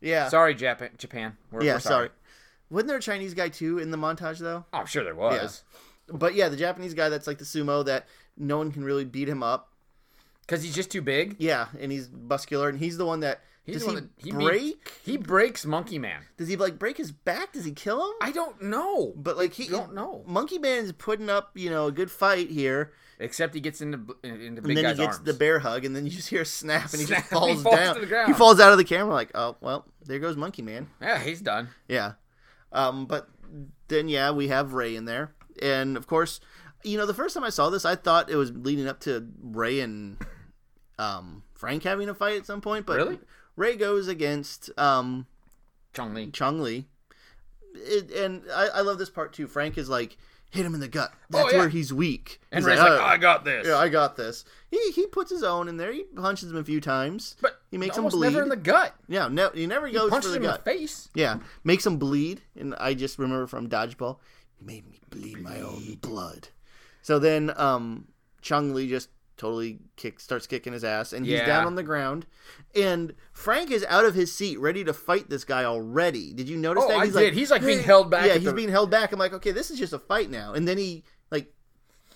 Speaker 1: Yeah.
Speaker 2: Sorry, Japan. Japan. We're,
Speaker 1: yeah.
Speaker 2: we're
Speaker 1: Sorry. Wasn't there a Chinese guy too in the montage though?
Speaker 2: Oh, I'm sure there was.
Speaker 1: But yeah, the Japanese guy that's like the sumo that no one can really beat him up.
Speaker 2: Because he's just too big.
Speaker 1: Yeah, and he's muscular, and he's the one that does
Speaker 2: He's the
Speaker 1: he,
Speaker 2: one that- he beat-
Speaker 1: break?
Speaker 2: He breaks Monkey Man.
Speaker 1: Does he like break his back? Does he kill him?
Speaker 2: I don't know.
Speaker 1: but like he
Speaker 2: don't know.
Speaker 1: Monkey Man's putting up you know a good fight here,
Speaker 2: Except he gets into into
Speaker 1: and then
Speaker 2: big
Speaker 1: he
Speaker 2: guy's
Speaker 1: gets
Speaker 2: arms.
Speaker 1: the bear hug, and then you just hear a snap, and he
Speaker 2: Snap,
Speaker 1: just
Speaker 2: he
Speaker 1: falls,
Speaker 2: falls
Speaker 1: down.
Speaker 2: to the ground.
Speaker 1: He falls out of the camera like, oh well, there goes Monkey Man.
Speaker 2: yeah, he's done.
Speaker 1: Yeah. Um, but then, yeah, we have Ray in there. And of course, you know, the first time I saw this, I thought it was leading up to Ray and um, Frank having a fight at some point. But
Speaker 2: Really?
Speaker 1: Ray goes against um,
Speaker 2: Chong Li.
Speaker 1: Chung Lee. It, and I, I love this part too. Frank is like, hit him in the gut. That's
Speaker 2: Oh, yeah.
Speaker 1: where he's weak.
Speaker 2: And
Speaker 1: he's
Speaker 2: Ray's like, "Ah, I got this.
Speaker 1: "Oh." yeah, I got this. He, he puts his own in there. He punches him a few times.
Speaker 2: but
Speaker 1: he makes him
Speaker 2: almost
Speaker 1: bleed.
Speaker 2: never in the gut.
Speaker 1: yeah, no, he never goes for
Speaker 2: Punches
Speaker 1: the
Speaker 2: him
Speaker 1: gut.
Speaker 2: in the face.
Speaker 1: Yeah, makes him bleed, and I just remember from dodgeball, you made me bleed my own blood. So then, um, Chung Lee just totally kick starts kicking his ass, and he's
Speaker 2: Yeah.
Speaker 1: down on the ground, and Frank is out of his seat, ready to fight this guy already. Did you notice
Speaker 2: Oh,
Speaker 1: that?
Speaker 2: I did. He's, like, being held back
Speaker 1: Yeah,
Speaker 2: at
Speaker 1: he's
Speaker 2: the-
Speaker 1: being held back. I'm like, okay, this is just a fight now, and then he like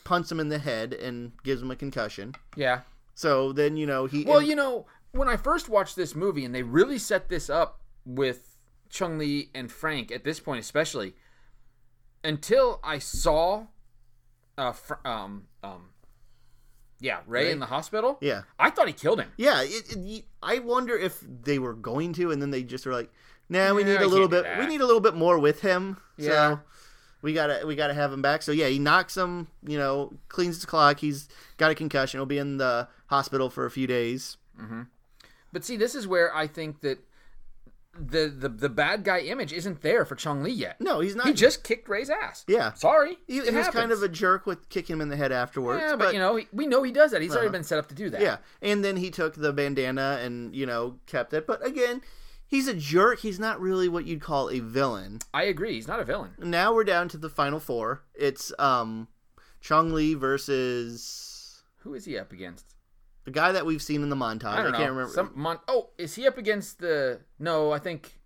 Speaker 1: punts him in the head and gives him a concussion.
Speaker 2: Yeah.
Speaker 1: So then you know he
Speaker 2: Well,
Speaker 1: and-
Speaker 2: you know, when I first watched this movie, and they really set this up with Chung Li and Frank at this point, especially until I saw, uh, fr- um, um, yeah, Ray in the hospital.
Speaker 1: yeah.
Speaker 2: I thought he killed him.
Speaker 1: Yeah, it, it, y- I wonder if they were going to, and then they just were like, "Nah, we
Speaker 2: Yeah,
Speaker 1: need
Speaker 2: we
Speaker 1: a little
Speaker 2: can't do
Speaker 1: bit.
Speaker 2: that."
Speaker 1: We need a little bit more with him.
Speaker 2: Yeah.
Speaker 1: So we gotta we gotta have him back." So yeah, he knocks him. You know, cleans his clock. He's got a concussion. He'll be in the hospital for a few days.
Speaker 2: But see, this is where I think that the the, the bad guy image isn't there for Chung Li yet.
Speaker 1: No, he's not.
Speaker 2: He just kicked Ray's ass.
Speaker 1: yeah,
Speaker 2: Sorry,
Speaker 1: he,
Speaker 2: it
Speaker 1: he was kind
Speaker 2: happens.
Speaker 1: of a jerk with kicking him in the head afterwards.
Speaker 2: yeah, but, you know, he, we know he does that. He's already
Speaker 1: Uh-huh.
Speaker 2: been set up to do that.
Speaker 1: yeah, and then he took the bandana and you know kept it. But again, he's a jerk. He's not really what you'd call a villain.
Speaker 2: I agree. He's not a villain.
Speaker 1: now we're down to the final four. It's um Chong Li versus
Speaker 2: Who is he up against?
Speaker 1: The guy that we've seen in the montage. I,
Speaker 2: I don't know.
Speaker 1: can't remember.
Speaker 2: Some mon- oh, is he up against the? No, I think,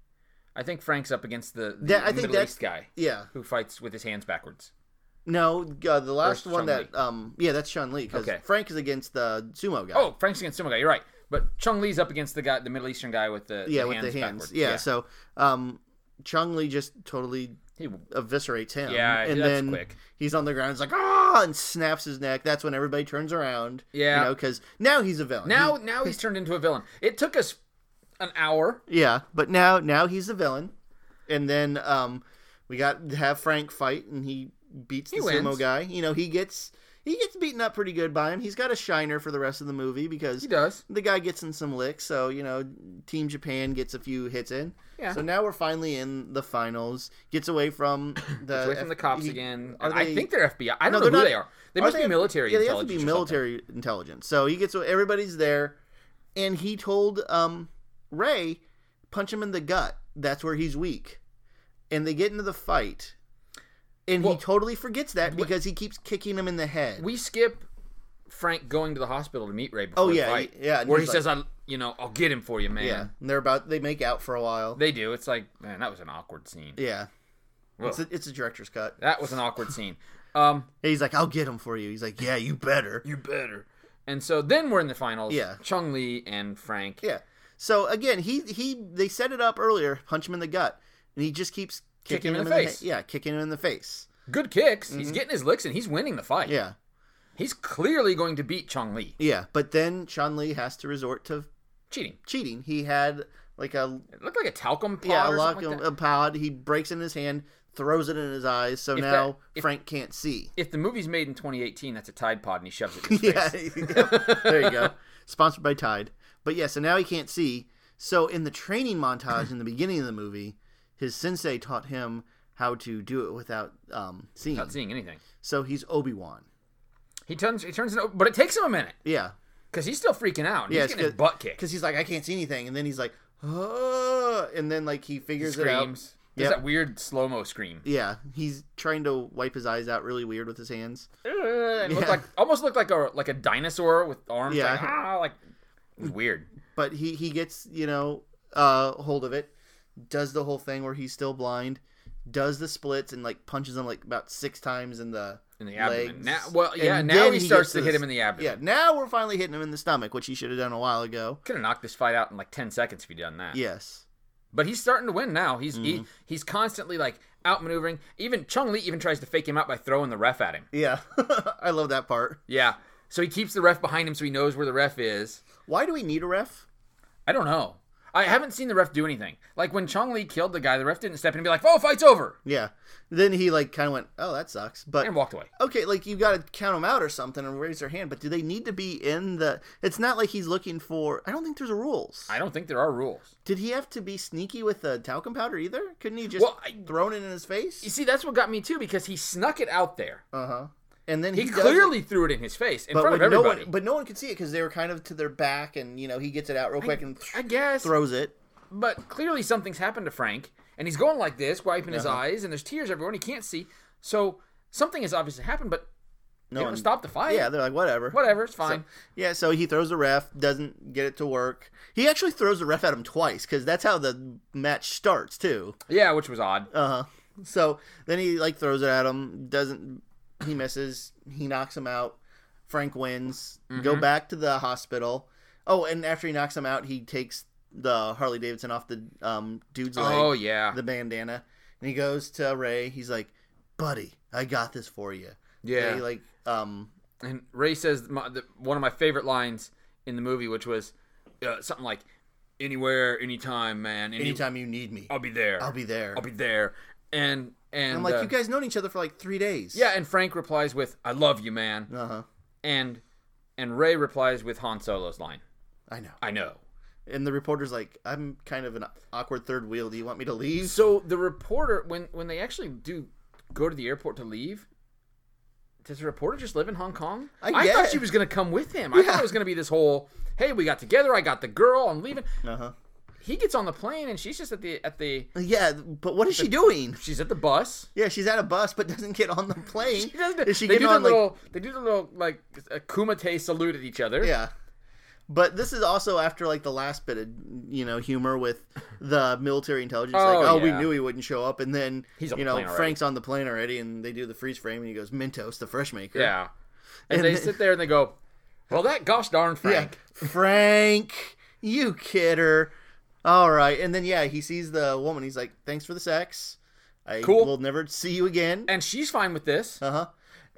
Speaker 2: I think Frank's up against the, the
Speaker 1: That- I think
Speaker 2: Middle
Speaker 1: that's-
Speaker 2: East guy
Speaker 1: yeah.
Speaker 2: who fights with his hands backwards.
Speaker 1: No, uh, the last
Speaker 2: Sean
Speaker 1: one that
Speaker 2: Lee.
Speaker 1: um yeah, that's Sean Lee cuz
Speaker 2: Okay.
Speaker 1: Frank is against the sumo guy.
Speaker 2: Oh, Frank's against some guy. You're right. But Chung Lee's up against the guy, the Middle Eastern guy with the
Speaker 1: yeah,
Speaker 2: the
Speaker 1: with
Speaker 2: hands
Speaker 1: the hands.
Speaker 2: backwards.
Speaker 1: Yeah, so um Chung Lee just totally
Speaker 2: He-
Speaker 1: eviscerates him.
Speaker 2: Yeah,
Speaker 1: and
Speaker 2: that's
Speaker 1: then
Speaker 2: quick.
Speaker 1: he's on the ground. He's like ah, and snaps his neck. That's when everybody turns around.
Speaker 2: Yeah.
Speaker 1: you know, because now he's a villain.
Speaker 2: now now he's turned into a villain. It took us an hour.
Speaker 1: He- yeah, but now now he's the villain, and then um, we got to have Frank fight, and he beats the
Speaker 2: wins.
Speaker 1: sumo guy. You know, he gets he gets beaten up pretty good by him. He's got a shiner for the rest of the movie because
Speaker 2: He does.
Speaker 1: the guy gets in some licks, so you know, Team Japan gets a few hits in.
Speaker 2: Yeah.
Speaker 1: So now we're finally in the finals. Gets away from the
Speaker 2: away from the
Speaker 1: F-
Speaker 2: cops
Speaker 1: he-
Speaker 2: again.
Speaker 1: are
Speaker 2: I
Speaker 1: they-
Speaker 2: think they're FBI. I
Speaker 1: No,
Speaker 2: don't know
Speaker 1: they're not-
Speaker 2: who they are. They
Speaker 1: Are
Speaker 2: must
Speaker 1: they-
Speaker 2: be military.
Speaker 1: Yeah, they have to be
Speaker 2: intelligence or something.
Speaker 1: military intelligence. So he gets everybody's there, and he told um, Ray, punch him in the gut. That's where he's weak. And they get into the fight, and
Speaker 2: Well-
Speaker 1: he totally forgets that because he keeps kicking him in the head.
Speaker 2: We skip Frank going to the hospital to meet Ray. Before
Speaker 1: Oh,
Speaker 2: the
Speaker 1: yeah,
Speaker 2: fight,
Speaker 1: yeah, and
Speaker 2: Where he
Speaker 1: he's
Speaker 2: says, "I, you know, I'll get him for you, man."
Speaker 1: yeah, and they're about they make out for a while.
Speaker 2: They do. It's like, man, that was an awkward scene.
Speaker 1: yeah,
Speaker 2: Ugh.
Speaker 1: it's a, it's a director's cut.
Speaker 2: That was an awkward scene. Um,
Speaker 1: And he's like, "I'll get him for you." He's like, "Yeah, you better."
Speaker 2: you better. And so then we're in the finals.
Speaker 1: Yeah.
Speaker 2: Chung Lee and Frank.
Speaker 1: Yeah. So again, he he they set it up earlier, punch him in the gut, and he just keeps
Speaker 2: Kicking
Speaker 1: kicking,
Speaker 2: him in
Speaker 1: him
Speaker 2: the
Speaker 1: he-
Speaker 2: face.
Speaker 1: yeah, kicking him in the face.
Speaker 2: Good kicks. He's getting his licks and he's winning the fight.
Speaker 1: Mm-hmm. Yeah.
Speaker 2: He's clearly going to beat Chung Lee.
Speaker 1: Yeah, but then Chun Li has to resort to
Speaker 2: Cheating.
Speaker 1: cheating. He had like a
Speaker 2: It looked like a talcum pod
Speaker 1: yeah, a,
Speaker 2: or
Speaker 1: lock,
Speaker 2: something like that.
Speaker 1: a pod. He breaks in his hand, throws it in his eyes, so
Speaker 2: that-
Speaker 1: now
Speaker 2: if-
Speaker 1: Frank can't see.
Speaker 2: If the movie's made in 2018, that's a Tide Pod and he shoves it in his face.
Speaker 1: Yeah, yeah. there you go. Sponsored by Tide. But yeah, so now he can't see. So in the training montage in the beginning of the movie, his sensei taught him how to do it without um, seeing.
Speaker 2: Not seeing anything.
Speaker 1: So he's Obi Wan.
Speaker 2: He turns. He turns. Into, but it takes him a minute
Speaker 1: Yeah,
Speaker 2: because he's still freaking out. and
Speaker 1: yeah.
Speaker 2: he's
Speaker 1: it's
Speaker 2: getting his
Speaker 1: good-
Speaker 2: butt kicked.
Speaker 1: he's like, I can't see anything, and then he's like, oh, and then like he figures it out.
Speaker 2: Screams. There's
Speaker 1: Yep.
Speaker 2: that weird slow mo scream.
Speaker 1: Yeah, he's trying to wipe his eyes out really weird with his hands.
Speaker 2: It looked
Speaker 1: Yeah.
Speaker 2: like almost looked like a like a dinosaur with arms.
Speaker 1: Yeah.
Speaker 2: Like, ah, like it was weird.
Speaker 1: But he he gets you know uh hold of it, does the whole thing where he's still blind, does the splits and like punches him like about six times in the
Speaker 2: In the abdomen.
Speaker 1: legs.
Speaker 2: Now, well, yeah.
Speaker 1: And
Speaker 2: Now
Speaker 1: then
Speaker 2: he
Speaker 1: he
Speaker 2: starts
Speaker 1: gets
Speaker 2: to
Speaker 1: to
Speaker 2: hit
Speaker 1: this-
Speaker 2: him in the abdomen.
Speaker 1: Yeah, now we're finally hitting him in the stomach, which he should have done a while ago.
Speaker 2: Could have knocked this fight out in like ten seconds if he done that.
Speaker 1: Yes.
Speaker 2: But he's starting to win now. He's
Speaker 1: Mm-hmm.
Speaker 2: he, he's constantly like outmaneuvering. Even Chung Lee even tries to fake him out by throwing the ref at him.
Speaker 1: Yeah, I love that part.
Speaker 2: Yeah. So he keeps the ref behind him so he knows where the ref is.
Speaker 1: Why do we need a ref?
Speaker 2: I don't know. I haven't seen the ref do anything. Like when Chong Lee killed the guy, the ref didn't step in and be like, "Oh, fight's over,"
Speaker 1: Yeah. Then he like kind of went, "Oh, that sucks." But
Speaker 2: and walked away.
Speaker 1: okay, like you got to count them out or something and raise their hand. But do they need to be in the? It's not like he's looking for. I don't think there's rules.
Speaker 2: I don't think there are rules.
Speaker 1: Did he have to be sneaky with the talcum powder either? Couldn't he just
Speaker 2: Well, I-
Speaker 1: thrown it in his
Speaker 2: You
Speaker 1: face?
Speaker 2: see, that's what got me too because he snuck it out there.
Speaker 1: Uh huh. And then
Speaker 2: He,
Speaker 1: he, does it,
Speaker 2: clearly threw it in his face in
Speaker 1: but
Speaker 2: front of
Speaker 1: when no
Speaker 2: everybody.
Speaker 1: one, but no one could see it because they were kind of to their back, and you know he gets it out real quick and
Speaker 2: I guess,
Speaker 1: throws it.
Speaker 2: but clearly something's happened to Frank, and he's going like this, wiping his
Speaker 1: Uh-huh.
Speaker 2: eyes, and there's tears everywhere, and he can't see. So something has obviously happened, but
Speaker 1: No
Speaker 2: they
Speaker 1: one
Speaker 2: don't stop the fight.
Speaker 1: Yeah, they're like whatever.
Speaker 2: whatever, it's fine.
Speaker 1: Yeah, so he throws the ref, doesn't get it to work. He actually throws the ref at him twice because that's how the match starts too.
Speaker 2: yeah, which was odd.
Speaker 1: Uh huh. So then he like throws it at him. Doesn't he misses? He knocks him out. Frank wins.
Speaker 2: Mm-hmm.
Speaker 1: Go back to the hospital. Oh, and after he knocks him out, he takes the Harley Davidson off the um, dude's leg,
Speaker 2: oh yeah,
Speaker 1: the bandana, and he goes to Ray. He's like, "Buddy, I got this for you."
Speaker 2: Yeah.
Speaker 1: They, like um
Speaker 2: and Ray says my, the, one of my favorite lines in the movie, which was uh, something like "Anywhere, anytime, man, any,
Speaker 1: anytime you need me,
Speaker 2: I'll be there.
Speaker 1: I'll be there.
Speaker 2: I'll be there." And and
Speaker 1: I'm like,
Speaker 2: uh,
Speaker 1: you guys known each other for like three days.
Speaker 2: yeah. And Frank replies with "I love you, man,"
Speaker 1: Uh huh.
Speaker 2: and and Ray replies with Han Solo's line,
Speaker 1: I know.
Speaker 2: "I know."
Speaker 1: And the reporter's like, I'm kind of an awkward third wheel. Do you want me to leave?
Speaker 2: So the reporter, when when they actually do go to the airport to leave. Does the reporter just live in Hong Kong?
Speaker 1: I
Speaker 2: thought
Speaker 1: guess.
Speaker 2: she was going to come with him. I thought
Speaker 1: Yeah.
Speaker 2: it was going to be this whole, "Hey, we got together. I got the girl. I'm leaving."
Speaker 1: Uh huh.
Speaker 2: he gets on the plane and she's just at the at the
Speaker 1: Yeah, but what is she doing?
Speaker 2: she's at the bus.
Speaker 1: Yeah, she's at a bus but doesn't get on the plane.
Speaker 2: She doesn't.
Speaker 1: Is she
Speaker 2: they
Speaker 1: getting
Speaker 2: do the
Speaker 1: on like
Speaker 2: little. They do the little like a kumite salute at each other.
Speaker 1: yeah? But this is also after like the last bit of you know humor with the military intelligence,
Speaker 2: Oh,
Speaker 1: like oh we
Speaker 2: yeah.
Speaker 1: knew he wouldn't show up, and then
Speaker 2: He's on
Speaker 1: you
Speaker 2: the
Speaker 1: know
Speaker 2: plane already.
Speaker 1: Frank's on the plane already, and they do the freeze frame, and he goes Mentos, the fresh maker.
Speaker 2: Yeah. And,
Speaker 1: And
Speaker 2: they
Speaker 1: then-
Speaker 2: sit there and they go, well, that gosh darn
Speaker 1: Yeah,
Speaker 2: Frank.
Speaker 1: Frank, you kidder. All right, and then yeah, he sees the woman. He's like, "Thanks for the sex. I
Speaker 2: Cool.
Speaker 1: will never see you again."
Speaker 2: And she's fine with this.
Speaker 1: Uh huh.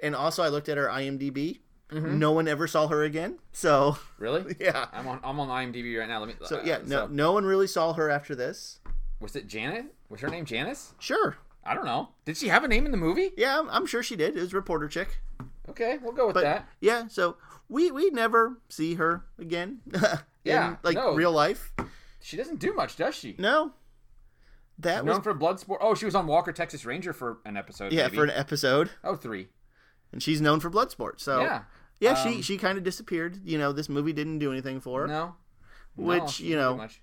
Speaker 1: And also, I looked at her IMDb.
Speaker 2: Mm-hmm.
Speaker 1: No one ever saw her again. So
Speaker 2: Really?
Speaker 1: yeah,
Speaker 2: I'm on I'm on IMDb right now. Let me.
Speaker 1: so
Speaker 2: uh,
Speaker 1: yeah, no, no one really saw her after this.
Speaker 2: Was it Janet? Was her name Janice?
Speaker 1: Sure.
Speaker 2: I don't know. Did she have a name in the movie?
Speaker 1: Yeah, I'm, I'm sure she did. It was reporter chick.
Speaker 2: Okay, we'll go with
Speaker 1: But
Speaker 2: that.
Speaker 1: yeah, so we we never see her again. in,
Speaker 2: Yeah,
Speaker 1: like
Speaker 2: no.
Speaker 1: real life.
Speaker 2: She doesn't do much, does she?
Speaker 1: No, that
Speaker 2: Known
Speaker 1: was
Speaker 2: for Bloodsport. Oh, she was on Walker Texas Ranger for an episode.
Speaker 1: yeah
Speaker 2: maybe.
Speaker 1: for an episode,
Speaker 2: oh three.
Speaker 1: and she's known for Bloodsport. So
Speaker 2: Yeah.
Speaker 1: Yeah,
Speaker 2: Um,
Speaker 1: she she kind of disappeared. You know, this movie didn't do anything for her.
Speaker 2: No. No,
Speaker 1: Which,
Speaker 2: she
Speaker 1: you
Speaker 2: didn't do
Speaker 1: know-
Speaker 2: much.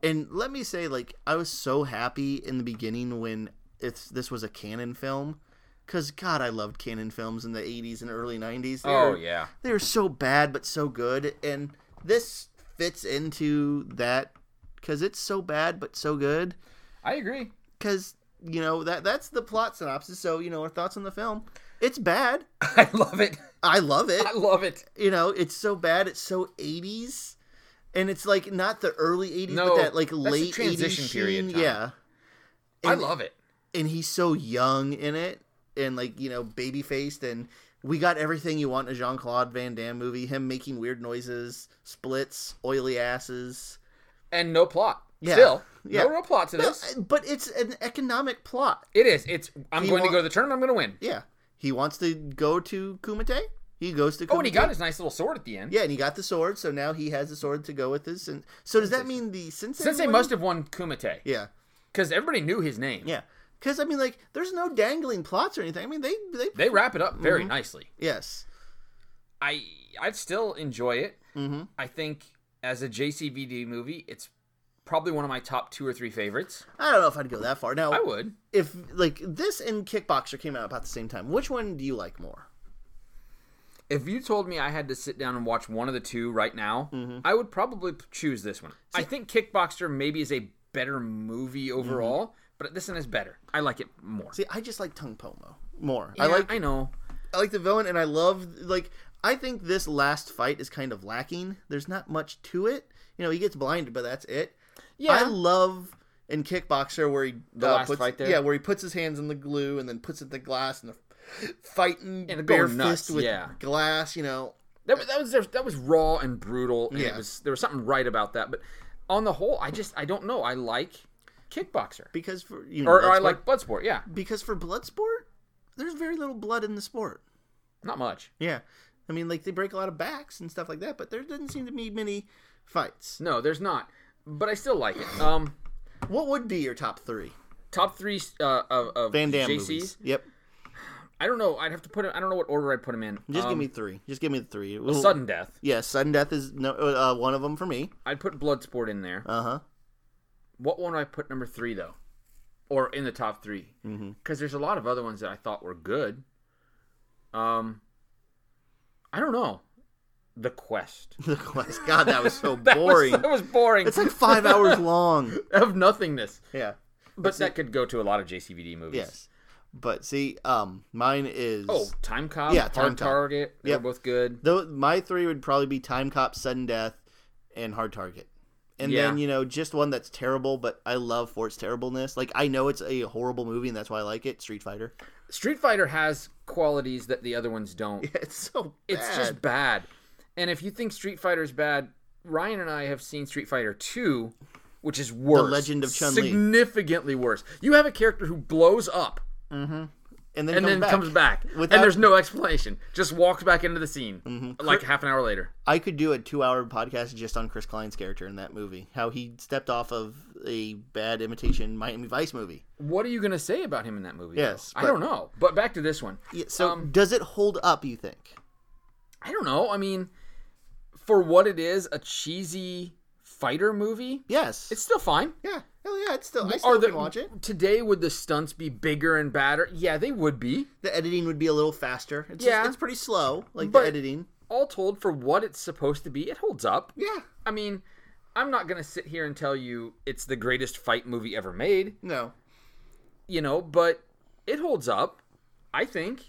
Speaker 1: And let me say, like, I was so happy in the beginning when it's this was a canon film, because God, I loved canon films in the '80s and early '90s. They
Speaker 2: Oh
Speaker 1: were-
Speaker 2: yeah.
Speaker 1: they were so bad but so good, and this fits into that because it's so bad but so good.
Speaker 2: I agree.
Speaker 1: Because you know that that's the plot synopsis. So you know our thoughts on the film. It's bad.
Speaker 2: I love it.
Speaker 1: I love it.
Speaker 2: I love it.
Speaker 1: you know it's so bad it's so 80s and it's like not the early 80s
Speaker 2: No,
Speaker 1: but that like
Speaker 2: that's the
Speaker 1: late
Speaker 2: transition
Speaker 1: 80s
Speaker 2: period
Speaker 1: sheen.
Speaker 2: time.
Speaker 1: yeah
Speaker 2: I
Speaker 1: And-
Speaker 2: love it.
Speaker 1: and he's so young in it and like you know baby faced and we got everything you want in a jean-claude van damme movie him making weird noises splits oily asses
Speaker 2: And no plot.
Speaker 1: Yeah.
Speaker 2: Still,
Speaker 1: Yeah.
Speaker 2: no real plot to
Speaker 1: No,
Speaker 2: this.
Speaker 1: Uh, but it's an economic plot
Speaker 2: It is. It's. I'm
Speaker 1: He
Speaker 2: going to
Speaker 1: wa-
Speaker 2: go to the tournament. I'm going to win.
Speaker 1: yeah he wants to go to kumite he goes to kumite
Speaker 2: Oh, and he got his nice little sword at the end.
Speaker 1: yeah, and he got the sword, so now he has the sword to go with this. And so, does that mean the sensei?
Speaker 2: Sensei
Speaker 1: won?
Speaker 2: must have won Kumite
Speaker 1: Yeah,
Speaker 2: because everybody knew his name.
Speaker 1: Yeah, because I mean, like, there's no dangling plots or anything. I mean, they they
Speaker 2: They wrap it up
Speaker 1: Mm-hmm.
Speaker 2: very nicely.
Speaker 1: yes,
Speaker 2: I I'd still enjoy it. Mm-hmm. I think as a JCVD movie, it's probably one of my top two or three favorites.
Speaker 1: I don't know if I'd go that far. Now,
Speaker 2: I would.
Speaker 1: if like this and Kickboxer came out about the same time, which one do you like more?
Speaker 2: If you told me I had to sit down and watch one of the two right now, I would probably p- choose this one. I think Kickboxer maybe is a better movie overall, but this one is better. I like it more.
Speaker 1: See, I just like Tung Pomo more.
Speaker 2: Yeah,
Speaker 1: I like
Speaker 2: I know.
Speaker 1: I like the villain, and I love like I think this last fight is kind of lacking. There's not much to it. You know, he gets blinded, but that's it.
Speaker 2: Yeah.
Speaker 1: I love in Kickboxer where he the
Speaker 2: last
Speaker 1: puts,
Speaker 2: fight there?
Speaker 1: yeah, where he puts his hands in the glue and then puts it in the glass and they're fighting
Speaker 2: And
Speaker 1: bare
Speaker 2: going nuts,
Speaker 1: fist with
Speaker 2: yeah.
Speaker 1: glass. You know,
Speaker 2: That, that was that was raw and brutal. And it
Speaker 1: Yeah.
Speaker 2: was there was something right about that. But on the whole, I just I don't know. I like Kickboxer.
Speaker 1: because for you know,
Speaker 2: Or, or I
Speaker 1: Bloodsport-
Speaker 2: like Bloodsport, yeah.
Speaker 1: because for Bloodsport, there's very little blood in the sport.
Speaker 2: Not much.
Speaker 1: Yeah, I mean, like they break a lot of backs and stuff like that, but there doesn't seem to be many fights.
Speaker 2: No, there's not. But I still like it. Um,
Speaker 1: What would be your top three
Speaker 2: top three uh, of, of
Speaker 1: Van Damme
Speaker 2: JC's.
Speaker 1: movies? Yep,
Speaker 2: I don't know. I'd have to put it. I don't know what order I put them in.
Speaker 1: just
Speaker 2: Um,
Speaker 1: give me three. Just give me the three. We'll-
Speaker 2: sudden death.
Speaker 1: Yeah, sudden death is no uh, one of them for me.
Speaker 2: I'd put Bloodsport in there.
Speaker 1: Uh huh.
Speaker 2: What one do I put number three though, or in the top 3 Because
Speaker 1: Mm-hmm.
Speaker 2: there's a lot of other ones that I thought were good. Um, I don't know. The Quest.
Speaker 1: The quest. God, that was so
Speaker 2: That was-
Speaker 1: boring.
Speaker 2: That was, boring.
Speaker 1: It's like five hours long.
Speaker 2: of nothingness.
Speaker 1: Yeah.
Speaker 2: But that could go to a lot of JCVD movies.
Speaker 1: Yes. But see, um, mine is
Speaker 2: Oh, Time Cop.
Speaker 1: Yeah,
Speaker 2: Hard
Speaker 1: Time Cop.
Speaker 2: Target. They
Speaker 1: Yep.
Speaker 2: were both good.
Speaker 1: Though my three would probably be Time Cop, Sudden Death, and Hard Target. And
Speaker 2: Yeah.
Speaker 1: then, you know, just one that's terrible, but I love for its terribleness. Like I know it's a horrible movie and that's why I like it, Street Fighter.
Speaker 2: Street Fighter has qualities that the other ones don't.
Speaker 1: It's so bad.
Speaker 2: It's just bad. And if you think Street Fighter is bad, Ryan and I have seen Street Fighter 2, which is worse.
Speaker 1: Legend of Chun-Li.
Speaker 2: Significantly worse. You have a character who blows up
Speaker 1: and then,
Speaker 2: and
Speaker 1: comes,
Speaker 2: then
Speaker 1: back.
Speaker 2: comes back.
Speaker 1: Without- Mm-hmm.
Speaker 2: And there's no explanation. Just walks back into the scene like half an hour later.
Speaker 1: I could do a two hour podcast just on Chris Klein's character in that movie. How he stepped off of a bad imitation Miami Vice movie.
Speaker 2: What are you going to say about him in that movie? though?
Speaker 1: Yes,
Speaker 2: I
Speaker 1: but-
Speaker 2: don't know. But back to this one.
Speaker 1: Yeah, so
Speaker 2: Um,
Speaker 1: does it hold up, you think?
Speaker 2: I don't know. I mean, for what it is, a cheesy fighter movie,
Speaker 1: Yes.
Speaker 2: it's still fine.
Speaker 1: yeah. Hell yeah, it's still I
Speaker 2: Are
Speaker 1: still
Speaker 2: the,
Speaker 1: can watch it.
Speaker 2: Today, would the stunts be bigger and badder? Yeah, they would be.
Speaker 1: The editing would be a little faster. It's
Speaker 2: Yeah.
Speaker 1: it's pretty slow, like
Speaker 2: But-
Speaker 1: the editing.
Speaker 2: all told, for what it's supposed to be, it holds up.
Speaker 1: Yeah.
Speaker 2: I mean, I'm not gonna sit here and tell you it's the greatest fight movie ever made,
Speaker 1: No.
Speaker 2: you know, but it holds up. I think.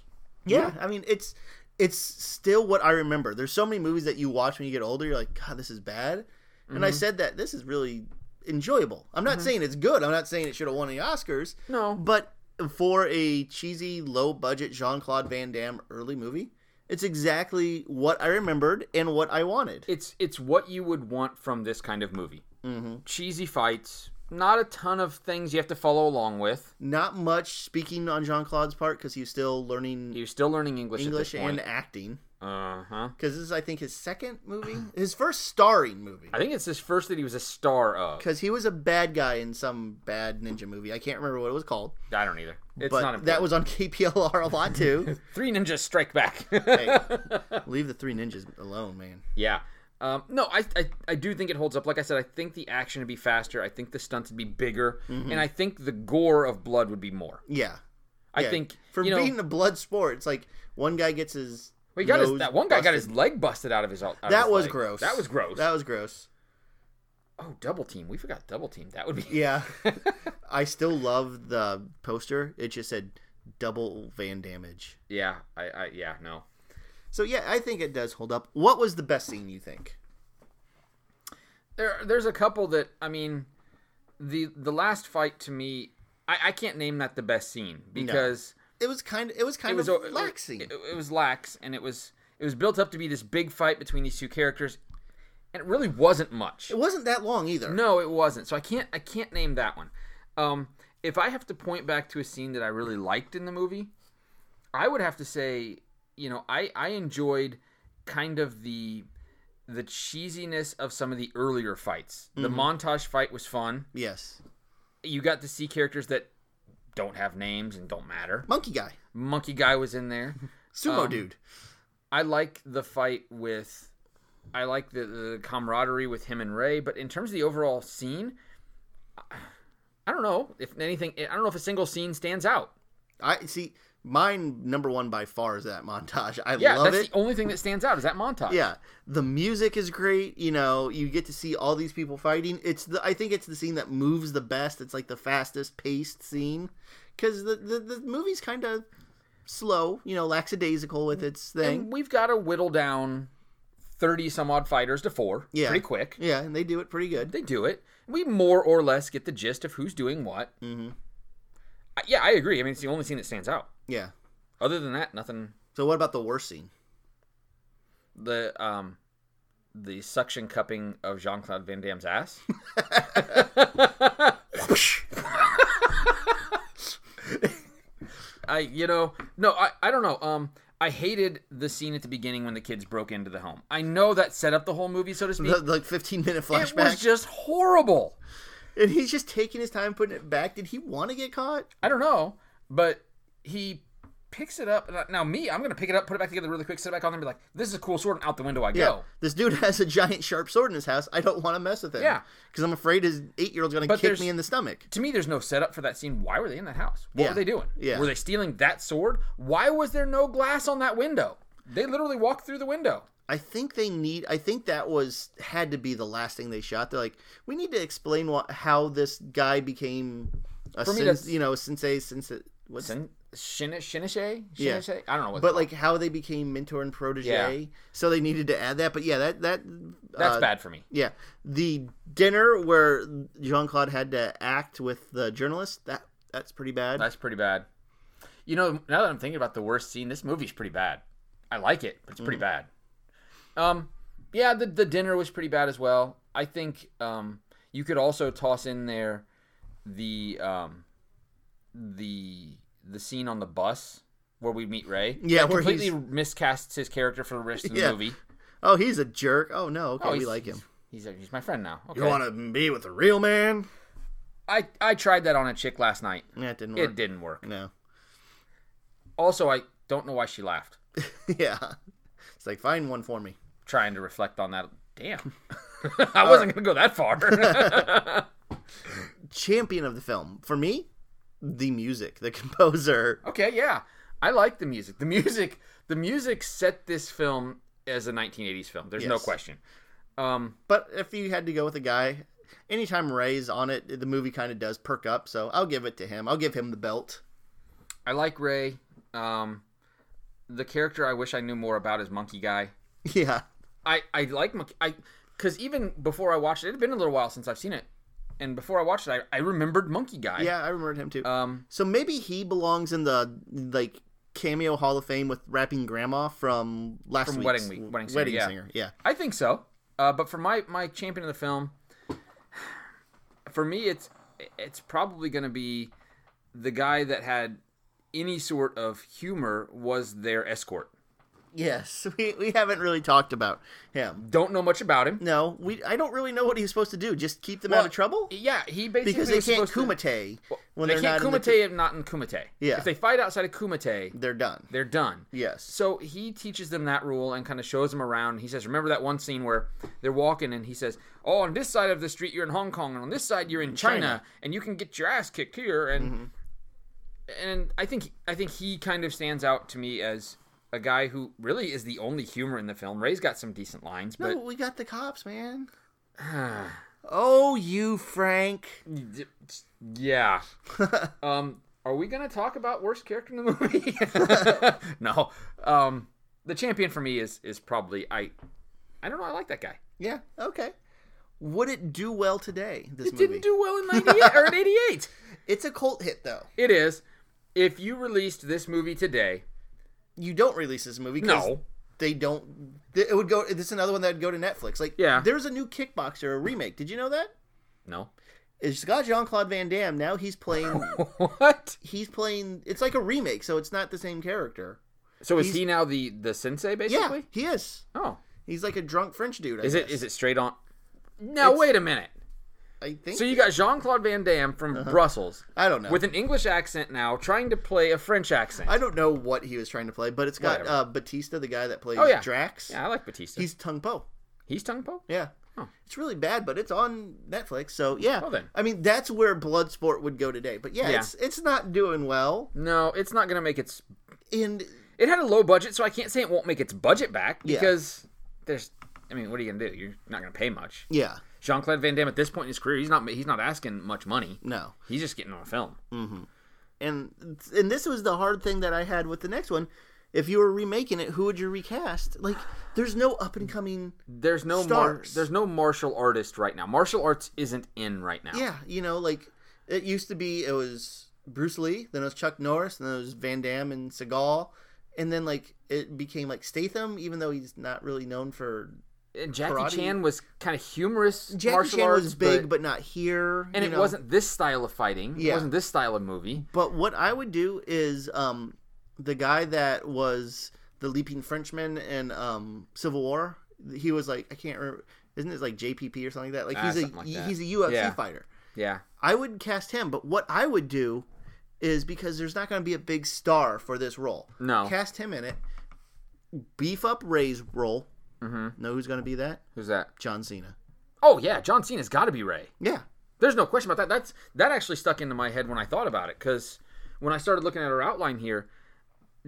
Speaker 1: Yeah, I mean it's it's still what I remember. There's so many movies that you watch when you get older, you're like, God, this is bad. And
Speaker 2: Mm-hmm.
Speaker 1: I said that this is really enjoyable. I'm not saying it's good. I'm not saying it should have won the Oscars.
Speaker 2: No.
Speaker 1: But for a cheesy, low budget Jean Claude Van Damme early movie, it's exactly what I remembered and what I wanted.
Speaker 2: It's it's what you would want from this kind of movie. Mm-hmm. Cheesy fights, not a ton of things you have to follow along with.
Speaker 1: Not much speaking on Jean Claude's part because he was still learning
Speaker 2: You're still learning English,
Speaker 1: English
Speaker 2: at this
Speaker 1: and
Speaker 2: point.
Speaker 1: acting.
Speaker 2: Uh huh.
Speaker 1: Because this is, I think, his second movie, his first starring movie.
Speaker 2: I think it's his first that he was a star of.
Speaker 1: because he was a bad guy in some bad ninja movie. I can't remember what it was called,
Speaker 2: I don't either. It's not
Speaker 1: but
Speaker 2: important.
Speaker 1: that was on KPLR a lot too.
Speaker 2: Three ninjas strike back.
Speaker 1: hey, leave the three ninjas alone, man.
Speaker 2: yeah. Um, no, I, I I do think it holds up. Like I said, I think the action would be faster. I think the stunts would be bigger,
Speaker 1: Mm-hmm.
Speaker 2: and I think the gore of blood would be more.
Speaker 1: Yeah,
Speaker 2: I
Speaker 1: Yeah,
Speaker 2: think
Speaker 1: for
Speaker 2: you know,
Speaker 1: being a blood sport, it's like one guy gets his.
Speaker 2: we got his,
Speaker 1: nose
Speaker 2: that one guy got
Speaker 1: busted.
Speaker 2: his leg busted out of his. Out of
Speaker 1: That
Speaker 2: his
Speaker 1: was
Speaker 2: leg.
Speaker 1: gross.
Speaker 2: That was gross.
Speaker 1: That was gross.
Speaker 2: oh, double team. We forgot double team. That would be
Speaker 1: Yeah, I still love the poster. It just said double van damage.
Speaker 2: yeah. I, I yeah no.
Speaker 1: So yeah, I think it does hold up. What was the best scene you think?
Speaker 2: there there's a couple that I mean the the last fight to me I, I can't name that the best scene because
Speaker 1: It was kind of it was kind
Speaker 2: it was
Speaker 1: of
Speaker 2: o-
Speaker 1: lax scene.
Speaker 2: It, it was lax and it was it was built up to be this big fight between these two characters and it really wasn't much.
Speaker 1: It wasn't that long either.
Speaker 2: No, it wasn't. So I can't I can't name that one. Um if I have to point back to a scene that I really liked in the movie, I would have to say, you know, I I enjoyed kind of the the cheesiness of some of the earlier fights. The montage fight was fun.
Speaker 1: Yes,
Speaker 2: You got to see characters that don't have names and don't matter.
Speaker 1: monkey guy,
Speaker 2: Monkey guy was in there.
Speaker 1: sumo
Speaker 2: Um,
Speaker 1: dude.
Speaker 2: I like the fight with, I like the, the camaraderie with him and Ray. But in terms of the overall scene, I don't know if anything. I don't know if a single scene stands out.
Speaker 1: I see. Mine number one by far is that montage. I
Speaker 2: Yeah,
Speaker 1: love
Speaker 2: that's
Speaker 1: it.
Speaker 2: the only thing that stands out is that montage.
Speaker 1: yeah, the music is great. You know, you get to see all these people fighting. It's the I think it's the scene that moves the best. It's like the fastest paced scene because the, the the movie's kind of slow. You know, lackadaisical with its thing.
Speaker 2: and we've got to whittle down thirty some odd fighters to four.
Speaker 1: Yeah.
Speaker 2: pretty quick.
Speaker 1: yeah, and they do it pretty good.
Speaker 2: They do it. We more or less get the gist of who's doing what. Mm-hmm. I, yeah, I agree. I mean, it's the only scene that stands out.
Speaker 1: Yeah.
Speaker 2: Other than that, nothing.
Speaker 1: So what about the worst scene?
Speaker 2: the um the suction cupping of Jean Claude Van Damme's ass. I you know no I I don't know um I hated the scene at the beginning when the kids broke into the home. I know that set up the whole movie so to speak.
Speaker 1: The, the, like fifteen minute
Speaker 2: it was
Speaker 1: flashback,
Speaker 2: just horrible.
Speaker 1: and he's just taking his time putting it back. Did he want to get caught?
Speaker 2: I don't know, but he picks it up. and I- Now me, I'm gonna pick it up, put it back together really quick, set it back on there, and be like, "This is a cool sword," and out the window I
Speaker 1: Yeah.
Speaker 2: go.
Speaker 1: This dude has a giant sharp sword in his house. I don't want to mess with him.
Speaker 2: Yeah.
Speaker 1: Because I'm afraid his eight year old's going to kick
Speaker 2: there's-
Speaker 1: me in the stomach.
Speaker 2: to me, there's no setup for that scene. Why were they in that house? What
Speaker 1: Yeah.
Speaker 2: were they doing?
Speaker 1: Yeah.
Speaker 2: Were they stealing that sword? Why was there no glass on that window? They literally walked through the window.
Speaker 1: I think they need, I think that was, had to be the last thing they shot. They're like, we need to explain what, how this guy became a,
Speaker 2: For me,
Speaker 1: sens-
Speaker 2: that's-
Speaker 1: you know, sensei, sensei, what's
Speaker 2: Sin- Shin- Shiniche?
Speaker 1: Yeah.
Speaker 2: Shiniche? I don't know what
Speaker 1: But like how they became mentor and protege,
Speaker 2: Yeah.
Speaker 1: so they needed to add that. But yeah, that that
Speaker 2: that's
Speaker 1: uh,
Speaker 2: bad for me.
Speaker 1: Yeah, the dinner where Jean Claude had to act with the journalist that that's pretty bad.
Speaker 2: That's pretty bad. You know, now that I'm thinking about the worst scene, this movie's pretty bad. I like it, but it's
Speaker 1: Mm.
Speaker 2: pretty bad. Um, yeah, the the dinner was pretty bad as well. I think um, you could also toss in there the um, the the scene on the bus where we meet Ray.
Speaker 1: Yeah,
Speaker 2: That
Speaker 1: where
Speaker 2: completely
Speaker 1: he's-
Speaker 2: miscasts his character for the rest of the
Speaker 1: Yeah.
Speaker 2: movie.
Speaker 1: Oh, he's a jerk. Oh no, okay, we
Speaker 2: he's-
Speaker 1: like him.
Speaker 2: He's a, he's my friend now. Okay.
Speaker 1: You want to be with the real man?
Speaker 2: I I tried that on a chick last night.
Speaker 1: That didn't work.
Speaker 2: It didn't work.
Speaker 1: No.
Speaker 2: Also, I don't know why she laughed.
Speaker 1: yeah. It's like find one for me.
Speaker 2: trying to reflect on that. Damn. I wasn't going to go that far.
Speaker 1: Champion of the film for me, the music, the composer.
Speaker 2: okay, yeah. I like the music. The music the music set this film as a 1980s film. There's no
Speaker 1: Yes.
Speaker 2: question. Um,
Speaker 1: But if you had to go with a guy, anytime Ray's on it, the movie kind of does perk up. So I'll give it to him. I'll give him the belt.
Speaker 2: I like Ray. Um, the character I wish I knew more about is Monkey Guy.
Speaker 1: Yeah.
Speaker 2: I I like Monkey. I because even before I watched it, it had been a little while since I've seen it, and before I watched it, I, I remembered Monkey Guy.
Speaker 1: Yeah, I remembered him too.
Speaker 2: Um,
Speaker 1: so maybe he belongs in the like cameo Hall of Fame with rapping grandma from last
Speaker 2: From
Speaker 1: week's
Speaker 2: Wedding Week- Wedding Singer, yeah.
Speaker 1: Singer, Yeah.
Speaker 2: I think so. Uh, but for my my champion of the film, for me, it's it's probably going to be the guy that had any sort of humor was their escort.
Speaker 1: Yes, we, we haven't really talked about him.
Speaker 2: Don't know much about him.
Speaker 1: No, we I don't really know what he's supposed to do. Just keep them out
Speaker 2: Well,
Speaker 1: of trouble
Speaker 2: Yeah, he basically
Speaker 1: because they
Speaker 2: was
Speaker 1: can't
Speaker 2: supposed to-
Speaker 1: kumite when
Speaker 2: they
Speaker 1: are
Speaker 2: can't
Speaker 1: not in the
Speaker 2: kumite
Speaker 1: t-
Speaker 2: if not in kumite.
Speaker 1: Yeah.
Speaker 2: If they fight outside of kumite,
Speaker 1: they're done.
Speaker 2: they're done.
Speaker 1: Yes.
Speaker 2: So he teaches them that rule and kind of shows them around. He says, "Remember that one scene where they're walking and he says, "Oh, on this side of the street you're in Hong Kong and on this side you're in China,
Speaker 1: China.
Speaker 2: and you can get your ass kicked here." And
Speaker 1: Mm-hmm.
Speaker 2: and I think I think he kind of stands out to me as a guy who really is the only humor in the film. Ray's got some decent lines, but
Speaker 1: no, Oh, we got the cops, man. oh, you Frank.
Speaker 2: Yeah. um, are we gonna talk about worst character in the movie? no. Um, the champion for me is is probably I. I don't know. I like that guy.
Speaker 1: Yeah. Okay. Would it do well today? This
Speaker 2: It
Speaker 1: movie.
Speaker 2: didn't do well in ninety eight or in eighty eight.
Speaker 1: it's a cult hit, though.
Speaker 2: It is. If you released this movie today,
Speaker 1: You don't release this movie. 'cause
Speaker 2: no,
Speaker 1: They don't. It would go. This is another one that would go to Netflix. Like,
Speaker 2: Yeah.
Speaker 1: There's a new Kickboxer a remake. Did you know that?
Speaker 2: no.
Speaker 1: It's got Jean Claude Van Damme. Now he's playing.
Speaker 2: What?
Speaker 1: he's playing. It's like a remake, so it's not the same character.
Speaker 2: So is he now the the sensei basically?
Speaker 1: Yeah, he is.
Speaker 2: Oh,
Speaker 1: He's like a drunk French dude. I
Speaker 2: is it
Speaker 1: guess.
Speaker 2: is it straight on? Now wait a minute.
Speaker 1: I think.
Speaker 2: So you got Jean Claude Van Damme from
Speaker 1: Uh-huh.
Speaker 2: Brussels
Speaker 1: I don't know.
Speaker 2: with an English accent now, trying to play a French accent.
Speaker 1: I don't know what he was trying to play, but it's got
Speaker 2: Whatever.
Speaker 1: uh, Batista, the guy that plays
Speaker 2: Oh, yeah.
Speaker 1: Drax.
Speaker 2: Yeah, I like Batista. He's
Speaker 1: He's Tung Po.
Speaker 2: he's Tung Po.
Speaker 1: Yeah.
Speaker 2: Huh.
Speaker 1: It's really bad, but it's on Netflix, so yeah.
Speaker 2: Well, then.
Speaker 1: I mean, that's where Bloodsport would go today. But yeah, it's it's not doing well,
Speaker 2: No, it's not gonna make its.
Speaker 1: and
Speaker 2: It had a low budget, so I can't say it won't make its budget back
Speaker 1: Yeah.
Speaker 2: because there's. I mean, what are you gonna do? You're not gonna pay much.
Speaker 1: yeah,
Speaker 2: Jean Claude Van Damme at this point in his career, he's not he's not asking much money.
Speaker 1: no.
Speaker 2: He's just getting on a film.
Speaker 1: And and this was the hard thing that I had with the next one. If you were remaking it, who would you recast? Like, there's no up and coming.
Speaker 2: There's no mar-
Speaker 1: Stars.
Speaker 2: there's no martial artist right now. Martial arts isn't in right now.
Speaker 1: Yeah, you know, like it used to be. It was Bruce Lee, then it was Chuck Norris, then it was Van Damme and Seagal, and then like it became like Statham, even though he's not really known for
Speaker 2: And Jackie
Speaker 1: Karate-
Speaker 2: Chan was kind of humorous
Speaker 1: Jackie
Speaker 2: martial
Speaker 1: Chan
Speaker 2: arts,
Speaker 1: was big,
Speaker 2: but,
Speaker 1: but, not here.
Speaker 2: and
Speaker 1: you
Speaker 2: it
Speaker 1: know.
Speaker 2: wasn't this style of fighting. It
Speaker 1: Yeah.
Speaker 2: wasn't this style of movie.
Speaker 1: But what I would do is um, the guy that was the leaping Frenchman in um, Civil War. He was like I can't remember. Isn't it like JPP or something like that? Like
Speaker 2: Ah,
Speaker 1: he's a
Speaker 2: something like that.
Speaker 1: he's a UFC
Speaker 2: Yeah.
Speaker 1: fighter.
Speaker 2: Yeah.
Speaker 1: I would cast him. But what I would do is because there's not going to be a big star for this role.
Speaker 2: No.
Speaker 1: cast him in it. Beef up Ray's role. Mm-hmm. Know who's going to be that?
Speaker 2: Who's that?
Speaker 1: John Cena.
Speaker 2: Oh yeah, John Cena's got to be Ray.
Speaker 1: Yeah.
Speaker 2: There's no question about that. That's that actually stuck into my head when I thought about it because when I started looking at our outline here,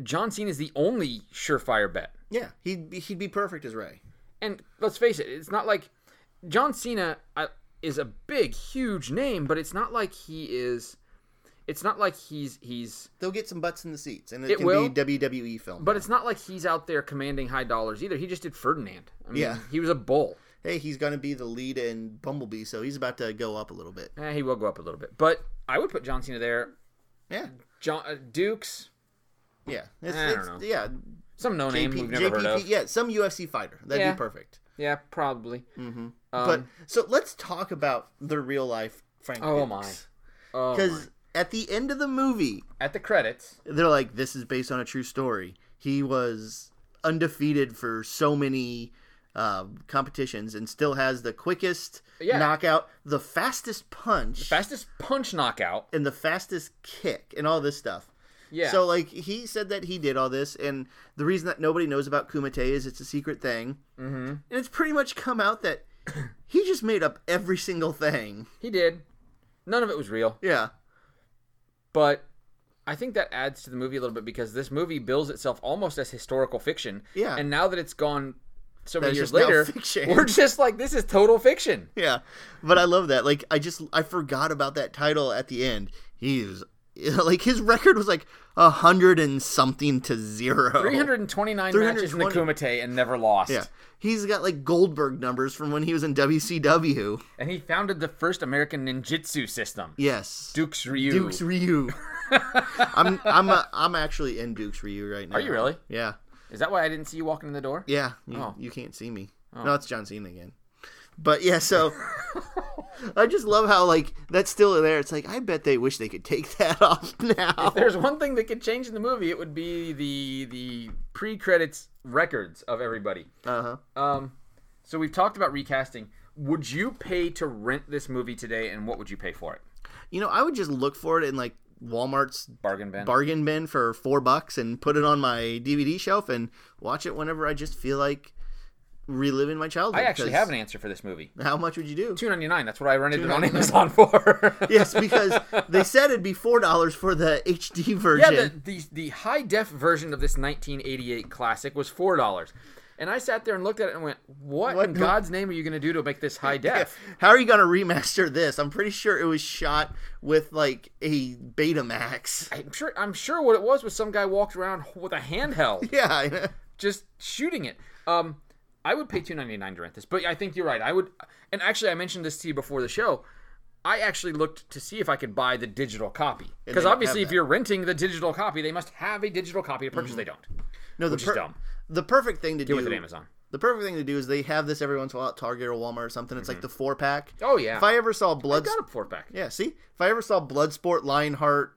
Speaker 2: John Cena is the only surefire bet.
Speaker 1: Yeah. He'd be- he'd be perfect as Ray.
Speaker 2: And let's face it, it's not like John Cena uh, is a big, huge name, but it's not like he is. It's not like he's he's,
Speaker 1: They'll get some butts in the seats, and it,
Speaker 2: It
Speaker 1: can
Speaker 2: will.
Speaker 1: be WWE film.
Speaker 2: but it's not like he's out there commanding high dollars either. He just did Ferdinand. I mean,
Speaker 1: Yeah.
Speaker 2: he was a bull.
Speaker 1: hey, he's going to be the lead in Bumblebee, so he's about to go up a little bit.
Speaker 2: Eh, he will go up a little bit, but I would put John Cena there.
Speaker 1: Yeah,
Speaker 2: John uh, Dukes,
Speaker 1: yeah, it's,
Speaker 2: I don't
Speaker 1: it's-
Speaker 2: know.
Speaker 1: yeah.
Speaker 2: some no name
Speaker 1: JP
Speaker 2: we've never heard of.
Speaker 1: yeah, some UFC fighter. That'd
Speaker 2: Yeah.
Speaker 1: be perfect.
Speaker 2: Yeah, probably.
Speaker 1: Mm-hmm.
Speaker 2: Um,
Speaker 1: but so let's talk about the real life Frank.
Speaker 2: Oh, my. Oh,
Speaker 1: Because at the end of the movie,
Speaker 2: at the credits.
Speaker 1: they're like, "This is based on a true story." He was undefeated for so many uh, competitions and still has the quickest
Speaker 2: Yeah.
Speaker 1: knockout, the fastest punch,
Speaker 2: Fastest punch knockout.
Speaker 1: and the fastest kick, and all this stuff.
Speaker 2: Yeah.
Speaker 1: So like he said that he did all this, and the reason that nobody knows about Kumite is it's a secret thing, mm-hmm. and it's pretty much come out that he just made up every single thing.
Speaker 2: he did. None of it was real,
Speaker 1: Yeah,
Speaker 2: but I think that adds to the movie a little bit because this movie bills itself almost as historical fiction.
Speaker 1: Yeah.
Speaker 2: And now that it's gone so many
Speaker 1: That's
Speaker 2: years
Speaker 1: just now
Speaker 2: later,
Speaker 1: fiction.
Speaker 2: we're just like, this is total fiction.
Speaker 1: Yeah, but I love that. Like, I just I forgot about that title at the end. He's like his record was like a hundred and something to zero.
Speaker 2: 329 matches in the
Speaker 1: 320.
Speaker 2: Kumite and never lost.
Speaker 1: Yeah, he's got like Goldberg numbers from when he was in WCW.
Speaker 2: And he founded the first American ninjutsu system,
Speaker 1: Yes,
Speaker 2: Duke's Ryu.
Speaker 1: Dukes Ryu. I'm I'm a, I'm actually in Dukes Ryu right now.
Speaker 2: Are you really?
Speaker 1: Yeah,
Speaker 2: Is that why I didn't see you walking in the door?
Speaker 1: yeah. You,
Speaker 2: Oh.
Speaker 1: you can't see me. No, it's John Cena again. But yeah, so I just love how like that's still there. It's like I bet they wish they could take that off now.
Speaker 2: If there's one thing that could change in the movie, it would be the the pre-credits records of everybody.
Speaker 1: Uh huh.
Speaker 2: Um, so we've talked about recasting. Would you pay to rent this movie today, and what would you pay for it?
Speaker 1: You know, I would just look for it in like Walmart's
Speaker 2: Bargain bin.
Speaker 1: bargain bin for four bucks and put it on my DVD shelf and watch it whenever I just feel like reliving my childhood.
Speaker 2: I actually
Speaker 1: 'cause
Speaker 2: have an answer for this movie.
Speaker 1: How much would you do?
Speaker 2: Two ninety nine. That's what I rented it on Amazon for.
Speaker 1: yes, because they said it'd be four dollars for the HD
Speaker 2: yeah,
Speaker 1: version.
Speaker 2: the, the the high def version of this nineteen eighty eight classic was four dollars, and I sat there and looked at it and went, "What,
Speaker 1: What
Speaker 2: in
Speaker 1: the-
Speaker 2: God's name are you going to do to make this high def?"
Speaker 1: How are you gonna remaster this? I'm pretty sure it was shot with like a Betamax.
Speaker 2: I'm sure. I'm sure what it was was some guy walked around with a handheld.
Speaker 1: Yeah, I-
Speaker 2: just shooting it. Um, I would pay two ninety nine to rent this, but I think you're right. I would, and actually, I mentioned this to you before the show. I actually looked to see if I could buy the digital copy
Speaker 1: they
Speaker 2: because
Speaker 1: don't
Speaker 2: obviously,
Speaker 1: have that.
Speaker 2: if
Speaker 1: Mm-hmm.
Speaker 2: you're renting the digital copy, they must have a digital copy to purchase. They don't.
Speaker 1: no, the
Speaker 2: Which is dumb.
Speaker 1: the perfect thing to
Speaker 2: Get
Speaker 1: do
Speaker 2: with it, Amazon.
Speaker 1: The perfect thing to do is they have this every once in a while at Target or Walmart or something. It's like the four pack.
Speaker 2: Oh, yeah.
Speaker 1: If I ever saw
Speaker 2: I
Speaker 1: blood,
Speaker 2: got a four pack.
Speaker 1: yeah. See, if I ever saw Bloodsport, Lionheart,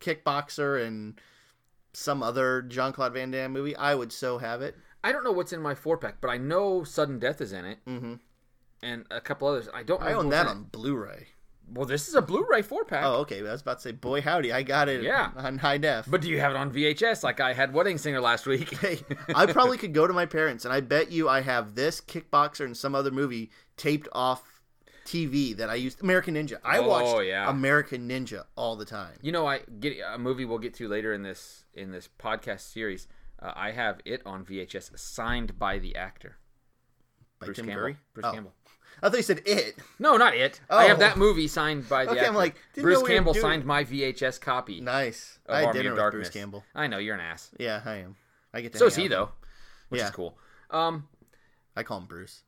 Speaker 1: Kickboxer, and some other Jean Claude Van Damme movie, I would so have it.
Speaker 2: I don't know what's in my four pack, but I know Sudden Death is in it,
Speaker 1: Mhm.
Speaker 2: and a couple others. I don't.
Speaker 1: I
Speaker 2: know
Speaker 1: own
Speaker 2: what's
Speaker 1: that
Speaker 2: in it.
Speaker 1: on Blu-ray.
Speaker 2: Well, this is a Blu-ray four pack.
Speaker 1: Oh, okay. I was about to say, boy howdy, I got it.
Speaker 2: Yeah.
Speaker 1: on high def.
Speaker 2: But do you have it on VHS like I had Wedding Singer last week?
Speaker 1: Hey, I probably could go to my parents, and I bet you I have this Kickboxer and some other movie taped off TV that I used. American Ninja. I
Speaker 2: Oh,
Speaker 1: watched
Speaker 2: yeah.
Speaker 1: American Ninja all the time.
Speaker 2: You know, I get a movie we'll get to later in this in this podcast series. Uh, I have it on VHS, signed by the actor
Speaker 1: By
Speaker 2: Bruce
Speaker 1: Tim
Speaker 2: Campbell.
Speaker 1: Curry.
Speaker 2: Bruce
Speaker 1: Oh.
Speaker 2: Campbell.
Speaker 1: I thought you said it.
Speaker 2: No, not it. I have
Speaker 1: Oh.
Speaker 2: that movie signed by the
Speaker 1: Okay, I'm
Speaker 2: actor.
Speaker 1: like, didn't
Speaker 2: Bruce
Speaker 1: know we were
Speaker 2: Campbell
Speaker 1: doing-
Speaker 2: signed my VHS copy
Speaker 1: Nice.
Speaker 2: of
Speaker 1: I had
Speaker 2: Army
Speaker 1: dinner
Speaker 2: of
Speaker 1: with
Speaker 2: Darkness.
Speaker 1: Bruce Campbell.
Speaker 2: I know you're an ass.
Speaker 1: Yeah, I am. I get to
Speaker 2: So
Speaker 1: hang
Speaker 2: is he
Speaker 1: out.
Speaker 2: though, which
Speaker 1: Yeah.
Speaker 2: is cool. Um,
Speaker 1: I call him Bruce.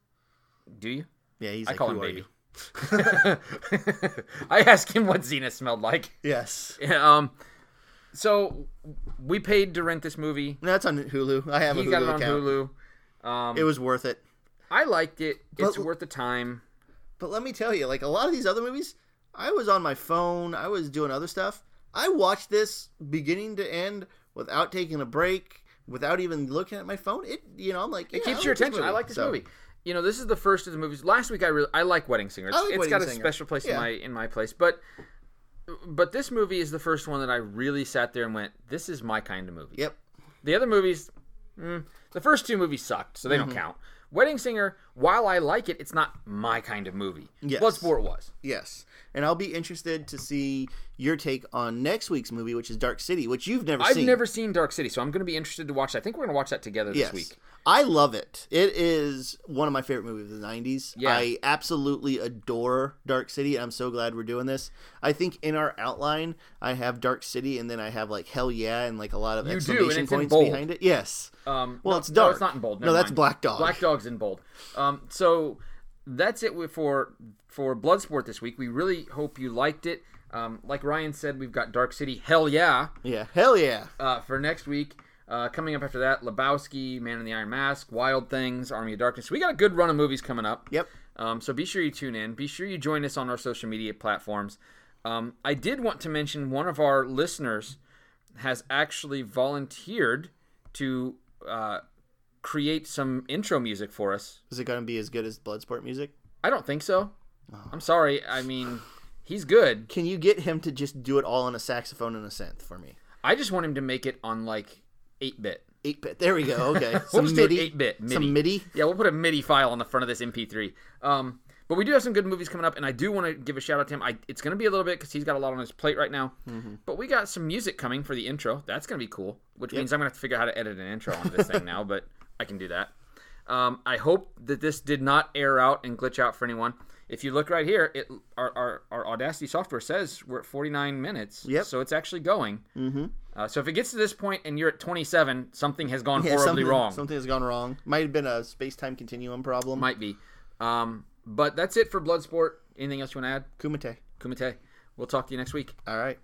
Speaker 2: do you?
Speaker 1: Yeah, he's
Speaker 2: I
Speaker 1: like,
Speaker 2: call
Speaker 1: Who
Speaker 2: him
Speaker 1: are
Speaker 2: baby.
Speaker 1: you?
Speaker 2: I asked him what Xena smelled like.
Speaker 1: Yes.
Speaker 2: Um, so we paid to rent this movie.
Speaker 1: No, That's on Hulu. I have
Speaker 2: He
Speaker 1: a Hulu
Speaker 2: got it on
Speaker 1: account.
Speaker 2: Hulu. Um,
Speaker 1: It was worth it.
Speaker 2: I liked it. It's
Speaker 1: But-
Speaker 2: worth the time.
Speaker 1: But let me tell you, like a lot of these other movies, I was on my phone, I was doing other stuff. I watched this beginning to end without taking a break, without even looking at my phone. It, you know, I'm like,
Speaker 2: It keeps your attention. I like this movie. You know, this is the first of the movies. Last week, I really I like Wedding Singer. It's,
Speaker 1: like
Speaker 2: it's
Speaker 1: Wedding
Speaker 2: got a
Speaker 1: Singer.
Speaker 2: special place in
Speaker 1: Yeah.
Speaker 2: my in my place. But but this movie is the first one that I really sat there and went, "This is my kind of movie."
Speaker 1: Yep.
Speaker 2: The other movies, mm, the first two movies sucked, so they
Speaker 1: Mm-hmm.
Speaker 2: don't count. Wedding Singer, while I like it, it's not my kind of movie.
Speaker 1: Yes.
Speaker 2: Bloodsport was.
Speaker 1: Yes. And I'll be interested to see your take on next week's movie, which is Dark City, which you've never
Speaker 2: I've
Speaker 1: seen.
Speaker 2: never seen Dark City, so I'm going to be interested to watch that. I think we're going to watch that together this
Speaker 1: yes.
Speaker 2: week.
Speaker 1: I love it. It is one of my favorite movies of the 90s.
Speaker 2: Yeah.
Speaker 1: I absolutely adore Dark City. I'm so glad we're doing this. I think in our outline, I have Dark City and then I have like hell yeah and like a lot of
Speaker 2: do, and
Speaker 1: exclamation
Speaker 2: it's in
Speaker 1: points
Speaker 2: bold.
Speaker 1: behind it. Yes.
Speaker 2: Um,
Speaker 1: Well,
Speaker 2: no,
Speaker 1: it's
Speaker 2: No,
Speaker 1: dark.
Speaker 2: it's not in bold.
Speaker 1: No,
Speaker 2: Never
Speaker 1: that's
Speaker 2: mind.
Speaker 1: Black Dog.
Speaker 2: Black Dog's in bold. Um, so that's it with- for for Bloodsport this week. We really hope you liked it. Um, like Ryan said, we've got Dark City. Hell yeah!
Speaker 1: yeah. Hell yeah.
Speaker 2: Uh, for next week. Uh, coming up after that, Lebowski, Man in the Iron Mask, Wild Things, Army of Darkness. We got a good run of movies coming up.
Speaker 1: Yep.
Speaker 2: Um, so be sure you tune in. Be sure you join us on our social media platforms. Um, I did want to mention one of our listeners has actually volunteered to uh, create some intro music for us.
Speaker 1: Is it going to be as good as Bloodsport music?
Speaker 2: I don't think so.
Speaker 1: Oh.
Speaker 2: I'm sorry. I mean, he's good.
Speaker 1: Can you get him to just do it all on a saxophone and a synth for me?
Speaker 2: I just want him to make it on like 8 bit.
Speaker 1: Eight bit. There we go. Okay.
Speaker 2: We'll
Speaker 1: Some
Speaker 2: just do an
Speaker 1: MIDI.
Speaker 2: 8-bit, MIDI.
Speaker 1: Some MIDI.
Speaker 2: Yeah, we'll put a MIDI file on the front of this MP3. Um, but we do have some good movies coming up, and I do want to give a shout out to him. I, it's going to be a little bit because he's got a lot on his plate right now.
Speaker 1: Mm-hmm.
Speaker 2: But we got some music coming for the intro. That's going to be cool, which means I'm going to have to figure out how to edit an intro on this thing now, but I can do that. Um, I hope that this did not air out and glitch out for anyone. If you look right here, it our, our, our Audacity software says we're at 49 minutes.
Speaker 1: Yep.
Speaker 2: So it's actually going. Mm-hmm. Uh, so if it gets to this point and you're at 27, something has gone
Speaker 1: Yeah,
Speaker 2: horribly
Speaker 1: something,
Speaker 2: wrong.
Speaker 1: Something has gone wrong. Might have been a space time continuum problem.
Speaker 2: Might be. Um, but that's it for Bloodsport. Anything else you want to add?
Speaker 1: Kumite.
Speaker 2: Kumite. We'll talk to you next week.
Speaker 1: All right.